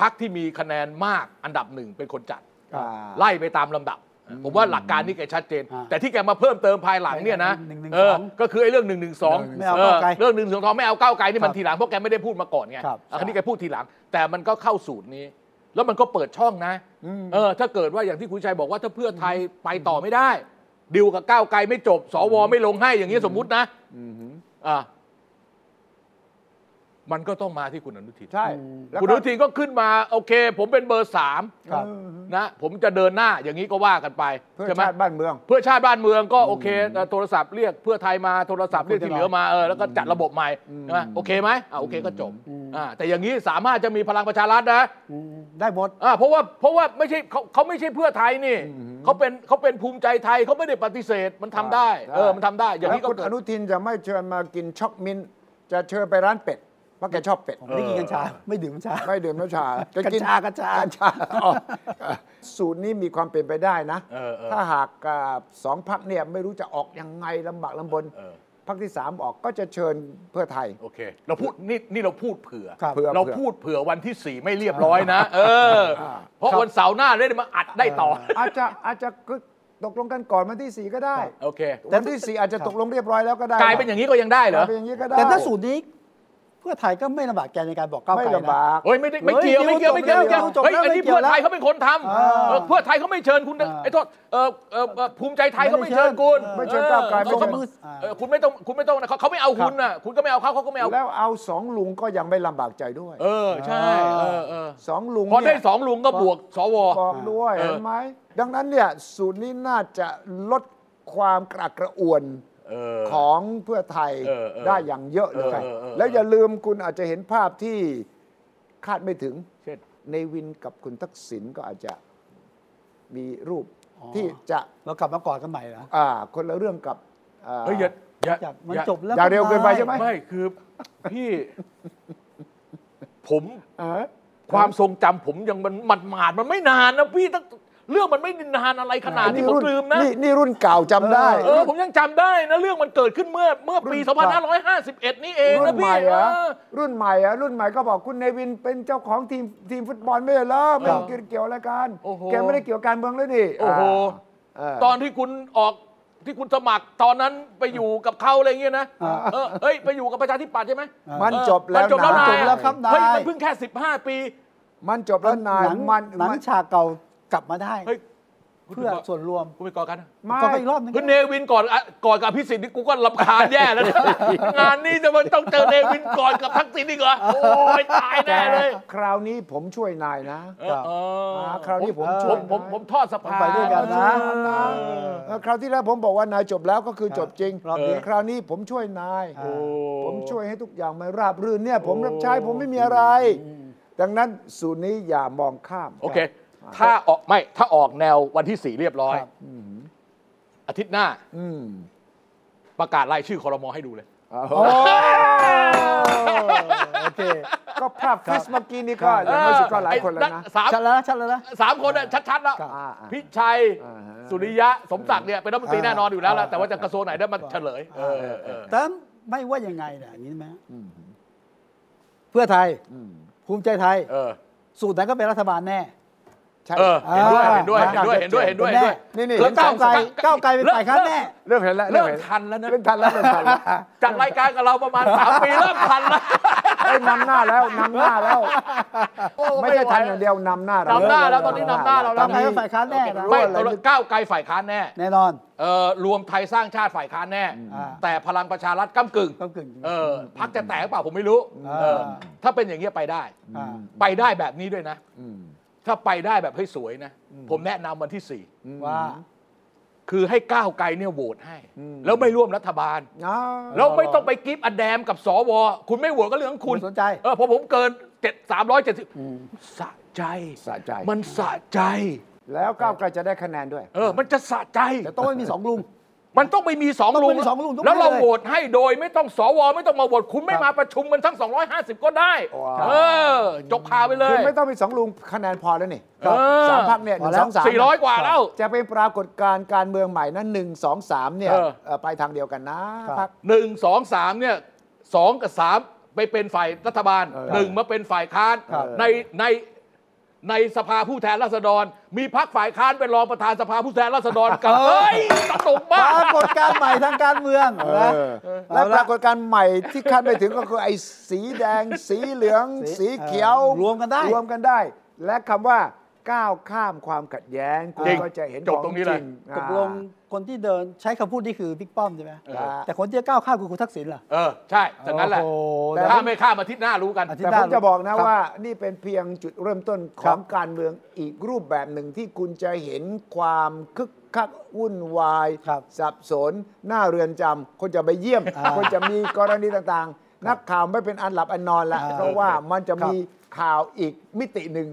B: พักที่มีคะแนนมากอันดับหนึ่งเป็นคนจัด
C: อ่า
B: ไล่ไปตามลำดับ ผมว่าหลักการนี่แกชัดเจน
A: อ่า
B: แต่ที่แกมาเพิ่มเติมภายหลังเนี่ยนะ
A: หนึ่งหนึ่ง
B: เออ
A: สอง
B: ก็คือไอ้เรื่องหนึ่งหนึ่งสอง
A: ไม่เอาก้าวไกล
B: เรื่องหนึ่งสองไม่เอาก้าวไกลนี่
A: ค
B: มั
A: รั
B: น
A: บ
B: ทีหลังเพราะแกไม่ได้พูดมาก่อนไง
A: ครับ
B: อันนี้แกพูดทีหลัง แต่มันก็เข้าสูตรนี้ แล้วมันก็เปิดช่องนะเออถ้าเกิดว่าอย่างที่คุณชัยบอกว่าถ้าเพื่อไทยไปต่อไม่ได้ดิวกับก้าวไกลไม่จบ สวไม่ลงให้อย่างนี้ยสมมุตินะอ่ามันก็ต้องมาที่คุณอนุทิน
C: ใช่แล้ว
B: คุณอ
C: ก็
B: นุทินก็ขึ้นมาโอเค ผมเป็นเบอร์สาม
A: ครับ
B: นะผมจะเดินหน้าอย่างนี้ก็ว่ากันไป
C: เพื่อ
B: ใช่ไหม
C: ชาติบ้านเมือง
B: เพื่อชาติบ้านเมืองก็โอเคเอ่อโทรศัพท์เรียกเพื่อไทยมาโทรศัพท์เรียกที่เหลือมาเออแล้วก็จัดระบบใหม่ใช่ไหมโอเคไหมอ่ะโอเคก็จบ
A: อืม
B: อ่าแต่อย่างนี้สามารถจะมีพลังประชารัฐนะ
A: อืมได้หมด
B: อ่าเพราะว่าเพราะว่าไม่ใช่เขาเขาไม่ใช่เพื่อไทยนี่เขาเป็นเขาเป็นภูมิใจไทยเขาไม่ได้ปฏิเสธมันทำได้
C: ได้
B: เออมันทำได้ อย่าง
C: แล้ว
B: นี้ก็
C: คุณ
B: เกิด
C: อนุทินจะไม่เชิญมากินช็อกมินท์จะเชิญไปร้านเป็ด ไป ราะแกชอบเป็ด
A: ผมไม่ได้กินกัญชา ไม่ดื่มกัญชา
C: ไม่ดื่มน้ำชาแก
A: กัญ
C: กิน
A: ชากัญชา
C: กัญชาอ๋อสูตรนี้มีความเป็นไปได้นะ
B: เออเออ
C: ถ้าหากอ่าสองพักเนี่ยไม่รู้จะออกยังไงลำบากลำบน
B: เออ
C: พักที่สามออกก็จะเชิญเพื่อไท ย
B: โอเค เราพูดนี่นี่เราพูดเผื่อ
A: ครับ
C: เผื่อ
B: เรา
C: ผื่อ
B: พูดเผื่อวันที่สี่ไม่เรียบร้อยนะ เออ
C: อ่า
B: เพราะวันเสาร์หน้าได้มาอัดได้ต่อ
C: อาจจะอาจจะตกลงกันก่อนวันที่สี่ก็ได้
B: โอเค
C: วันที่สี่อาจจะตกลงเรียบร้อยแล้วก็ได้
B: กลายเป็นอย่างนี้ก็ยังได้เหร
C: กลา
B: อ
C: ยเป็นอย่างนี้ก็ได้
A: แต่ถ้าสูตรนี้เพื่อไทยก็ไม่ลำบากใจในการบอกก้าว
C: ไม่
A: ไกล
C: ลำ
A: นะ
C: บาก
B: โอ้ยไม่ได้ไม่เกี่ยว
A: เฮ้ย
B: ไม่เกี่ยวไม่เกี่ยวไม่เกี่ยว
A: จบแล้ว
B: เฮ้ยอันนี้
A: จบแล้ว
B: เพื่อไทยเขาเป็นคนท
A: อ่า
B: ำเออเพื่อไทยเขาไม่เชิญคุณ
A: อ่า
B: ไอ้โทษเอ่อเอ่อเอ่อภูมิใจไทยเขาไม่เชิญคุณ
C: ไม่เชิญก้าวไกล
B: เออ
C: ไม่เชิญ
B: เออคุณไม่ต้องคุณไม่ต้องนะเขาเขาไม่เอาคุณน่ะคุณก็ไม่เอาเขาเขาก็ไม่เอา
C: แล้วเอาสองลุงก็ยังไม่ลำบากใจด้วย
B: เออใช่เออเออ
C: สองลุง
B: พอได้
C: เนี่ย
B: สองลุงก็บวกสว
C: บอกด้วย
B: เออ
C: เห็นไหมดังนั้นเนี่ยสูตรนี้น่าจะลดความกระอักกระอ่วน
B: เออ
C: ของเพื่อไทย
B: เออเออ
C: ได้อย่างเยอะเลย
B: เออเออเออ
C: แล้วอย่าลืมคุณอาจจะเห็นภาพที่คาดไม่ถึง
B: เช่น
C: ในวินกับคุณทักษิณก็อาจจะมีรูป
A: อ๋อ
C: ที่จะ
A: เรากลับมากอดกันใหม่นะ
C: อ่าคนละเรื่องกับอ่า
B: เฮ้ยอย่าอย่า
A: จับมัน
B: อย่า
A: จบแล้ว
C: อย่าเร็วเกินไปใช่ไหม
B: ไม่คือพี่ ผม
C: เออ
B: ความทรงจำผมยังมันหมัดหมาดๆมันไม่นานนะพี่ตั้งเรื่องมันไม่ได้นานอะไรขนาดนี้ผม
C: รุ่
B: ลืมนะ
C: นี่นี่รุ่นเก่าจำได้
B: เออผมยังจำได้นะ เรื่องมันเกิดขึ้นเมื่อเมื่อปี
C: รุ่นเก่
B: 2551 นี่เอง
C: รุ่
B: นะ
C: นให
B: พี่
C: ม่เหร
B: เอ
C: อ
B: อ
C: รุ่นใหม่เหรอรุ่นใหม่ก็บอกคุณเนวินเป็นเจ้าของทีมทีมฟุตบอลไม่ใช่เหรอไม่เกี่ยวเกี่ยวอะไรกัน
B: โอ้โห
C: แกไม่ได้เกี่ยวการเมืองเลยนี่
B: โอ้โห
C: เออ
B: ตอนที่คุณออกที่คุณสมัครตอนนั้นไปอยู่กับเขาอะไรเงี้ยนะเออเอ้ยไปอยู่กับประชาธิปัตย์ใช่ไหม
C: มันจบแล้ว
B: มันจบแล้ว
C: นา
B: นาย
C: ย
A: จบแล้วครับนา
B: เฮ้ยมั
A: ย
B: นเพิ่งแค่ 15 ปี
C: มันจบแล้วนาย
A: หนัง
C: มัน
A: หนัง
C: มัน
A: ฉากเก่ากลับมาได้
B: เฮ้ย
A: เพื่อส่วนรวม
B: กูไปก่อกันนะ
C: ไม่
A: ก็ไปอีกรอบนึง
B: คือเนวินก่อนอ่ะก่อนกับพิสิทธิ์นี่กูก็ลำคาญแย่แล้วนะงานนี้จะมันต้องเจอเนวินก่อนกับทักษิณอีกเหรอโอ้ยตาย
C: แก
B: แน่เลย
C: คราวนี้ผมช่วยนายนะ
A: ครับ
B: เออ
C: มาคราวนี้ผม
B: ผ
C: ช่วย
B: มผมผมทอดสภา
A: ไปด้วยกันนะ
C: เออคราวที่แล้วผมบอกว่านายจบแล้วก็คือจบจริง
A: รอบนี้
C: คราวนี้ผมช่วยนาย
A: อ่า
C: ผมช่วยให้ทุกอย่างมันราบรื่นเนี่ย ผมรับใช้ผมไม่มีอะไร ดังนั้นสูตรนี้อย่ามองข้าม
B: โอเค ถ้าออกไม่ ถ้าออกแนววันที่สี่เรียบร้อย
A: ครับ
B: อาทิตย์หน้า
C: อืม
B: ประกาศรายชื่อคอรมอให้ดูเลย
A: โอ้โอเค
C: ก็ภาพฟิสเมื่อกี้นี่ก็อย่างน้อยสุดก็หลายคนแล้วนะ
B: สาม
A: ชัดแล้วนะชัดแล้วนะ
B: สามคนน่ะชัดๆแล้ว
C: ครับอ่า
B: พิชัย
C: อ่าฮะ
B: สุริยะ สมศักดิ์เนี่ยเป็นรัฐมนตรีแน่นอนอยู่แล้วล่ะ
A: อ่า
B: แต่ว่าจะกระทรวงไหนได้มาเฉลย เออเออ
A: แต่ไม่ว่ายังไงนะอย่างนี้ไหมเพื่อไทย ภูมิใจไทย
B: เออ
A: สูตรนั้นก็เป็นรัฐบาลแน่
C: ใช่
B: เออ เห็นด้วย เห็นด้วย เห็นด้วย เห็นด้วย เห็นด้วยเห็นด้วย
C: นี่นี่
A: แล้วก้าวไกลก้าวไกลเป็นฝ่ายค้านแน่
C: เริ่มเห็นแล้ว
B: เริ่ม
C: ห็น
B: ทันแล้วนะ
C: เริ่มทันแล้วเริ่มทันแล้ว
B: จัดรายการกับเราประ มาณสามปีเริ่มทันแล้ว
C: เอ้ยนำหน้าแล้วนำหน้าแล้ว ไม่ใช่ทันอย่างเดียวนำหน้าเรา
B: นำหน้าแล้วตอนนี้นำหน้าเราแล้ว
A: ก้าวไกลเป็นฝ่ายค้านแน่นะ
B: ไม่เอาละก้าวไกลฝ่ายค้านแน่
A: แน่นอน
B: เอ่อรวมไทยสร้างชาติฝ่ายค้านแน่
A: อ่า
B: แต่พลังประชารัฐก้ากึ่ง
A: ก้ำกึ่ง
B: เออพักจะแตกหรือเปล่าผมไม่รู้
A: อ่า
B: เออถ้าเป็นอย่างเงี้ยไปได้
A: อ่า
B: ไปได้แบบนี้ด้วยนะ
C: อืม
B: ถ้าไปได้แบบให้สวยนะ ผมแนะนำวันที่
A: ว่า
B: 4 คือให้ก้าวไกลเนี่ยโหวตให้
C: อืม
B: แล้วไม่ร่วมรัฐบาล
C: อ่า
B: แล้วไม่ต้องไปกิฟต์อแดมกับสว คุณไม่โหวตก็เรื่องของคุณ
A: ผมสนใจ
B: เออพอผมเกินเจ็ดสามร้อยเจ็ดสิบสะใจ
C: สะใจ
B: มันสะใจ
C: แล้วก้าวไกลจะได้คะแนนด้วย
B: เออ มันจะสะใจ
A: แต่ต้องไม่มีสองลุง
B: มันต้องไปมีสอง
A: ต้อง
B: ลุ
A: ไป
B: ง
A: มีสองลุงต้อง
B: แล้ว
A: ไป
B: เรา
A: เลย
B: โหวตให้โดยไม่ต้องสวไม่ต้องมาโหวตคุณไม่
A: ครับ
B: มาประชุมมันทั้ง 250 ก็ได้
C: ว้าว
B: เออ จบข่าวไปเล
C: คื
B: ย
C: อไม่ต้องมีสองลุงคะแนนพอแล้วนี่
B: เออ
C: สามพักเนี่ยห
A: พอ
C: นึ่ง
A: แล้ว
C: สองสาม
B: สี่ร้อยกว่าแล้ว
C: จะเป็นปรากฏการณ์การเมืองใหม่นั้นหนึ่งสองสามเนี่ย
B: เออ
C: เอ่อไปทางเดียวกันนะครับ พัก
B: หนึ่งสองสามเนี่ยสองกับสามไปเป็นฝ่ายรัฐบาล
C: เออ
B: หนึ่งมาเป็นฝ่ายค้าน
C: ครับ
B: ในในในสภาผู้แทนราษฎร มีพักฝ่ายค้านเป็นรองประธานสภาผู้แทนราษฎรกับเฮ้ยตลก
A: ป
B: มาก
A: รากฏการณ์ใหม่ทางการเมืองนะ
C: และปรากฏการณ์ใหม่ที่คาดไม่ถึงก็คือไอ้สีแดง สีเหลือง
A: สี
C: สีเขียว
A: เออรวมกันได้
C: รวมกันได้ และคำว่าก้าวข้ามความขัดแย้งคุณ
B: จริง
C: ก็จะเห็น
B: จบ
C: ของ
B: ตรงนี้เลย
C: จ
A: ตกลงคนที่เดินใช้คำพูดนี่คือบิ๊กป้อมใช่ไหม
C: อ่า
A: แต่คนที่จะก้าวข้ามคือคุณทักษิณเหรอ
B: เออ ใช่จากนั้นแหละ
A: โอ้โ
B: ถ้าไม่ข้ามอาทิตย์หน้ารู้กัน
A: อาทิต
C: แต่
A: ย์ห
C: ผ
A: น้าม
C: จะบอกนะครับ ว่านี่เป็นเพียงจุดเริ่มต้นข
A: ครั
C: อง
A: บ
C: การเมืองอีกรูปแบบหนึ่งที่คุณจะเห็นความคึกคักวุ่นวาย
A: ครับ
C: สับสนหน้าเรือนจำคนจะไปเยี่ยม
A: อ่า
C: คนจะมีกรณีต่างๆ นักข่าวไม่เป็นอันหลับอันนอนละ
A: อ่า
C: เพราะว่ามันจะ
A: ครับ
C: มีข่าวอีกมิติหนึ่ง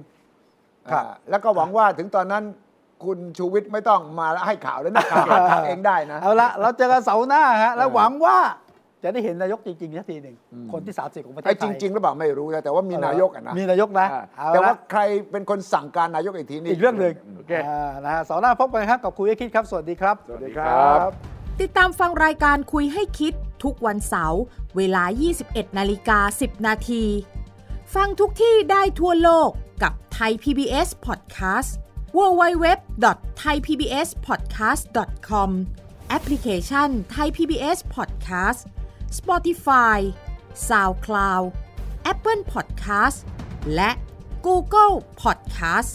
A: ครับ
C: อ่าแล้วก็หวังว่าถึงตอนนั้นคุณชูวิทย์ไม่ ต้องมาให้ข่าวแล้วนักข่าวหาข่าวเองได้นะ
A: เอาละเราเจอกันเสาร์หน้าฮะแล้วหวังว่า จะได้เห็นนายกจริงๆสักทีหนึ่ง
C: อืม
A: คนที่ 30 ของประเทศ
C: ไอ้
A: ไทย
C: จริง ๆ หรือเปล่าไม่รู้นะแต่ว่ามีนายกอะนะ
A: มีนายกนะ
C: อ่า
A: เอ
C: แต่
A: ละ
C: ว่าใครเป็นคนสั่งการนายกอีกทีนี่
A: อีกเรื่องหนึ่ง
B: โอเค
A: อ่านะฮะเสาร์หน้าพบกันครับ กับคุยให้คิดครับ สวัสดีครับ
C: สวัสดีครับ
J: ติดตามฟังรายการคุยให้คิดทุกวันเสาร์เวลา 21 นาฬิกา 10 นาที ฟังทุกที่ได้ทั่วโลกกับไทย PBS Podcast www.thaipbspodcast.com แอปพลิเคชัน Thai PBS Podcast Spotify SoundCloud Apple Podcast และ Google Podcast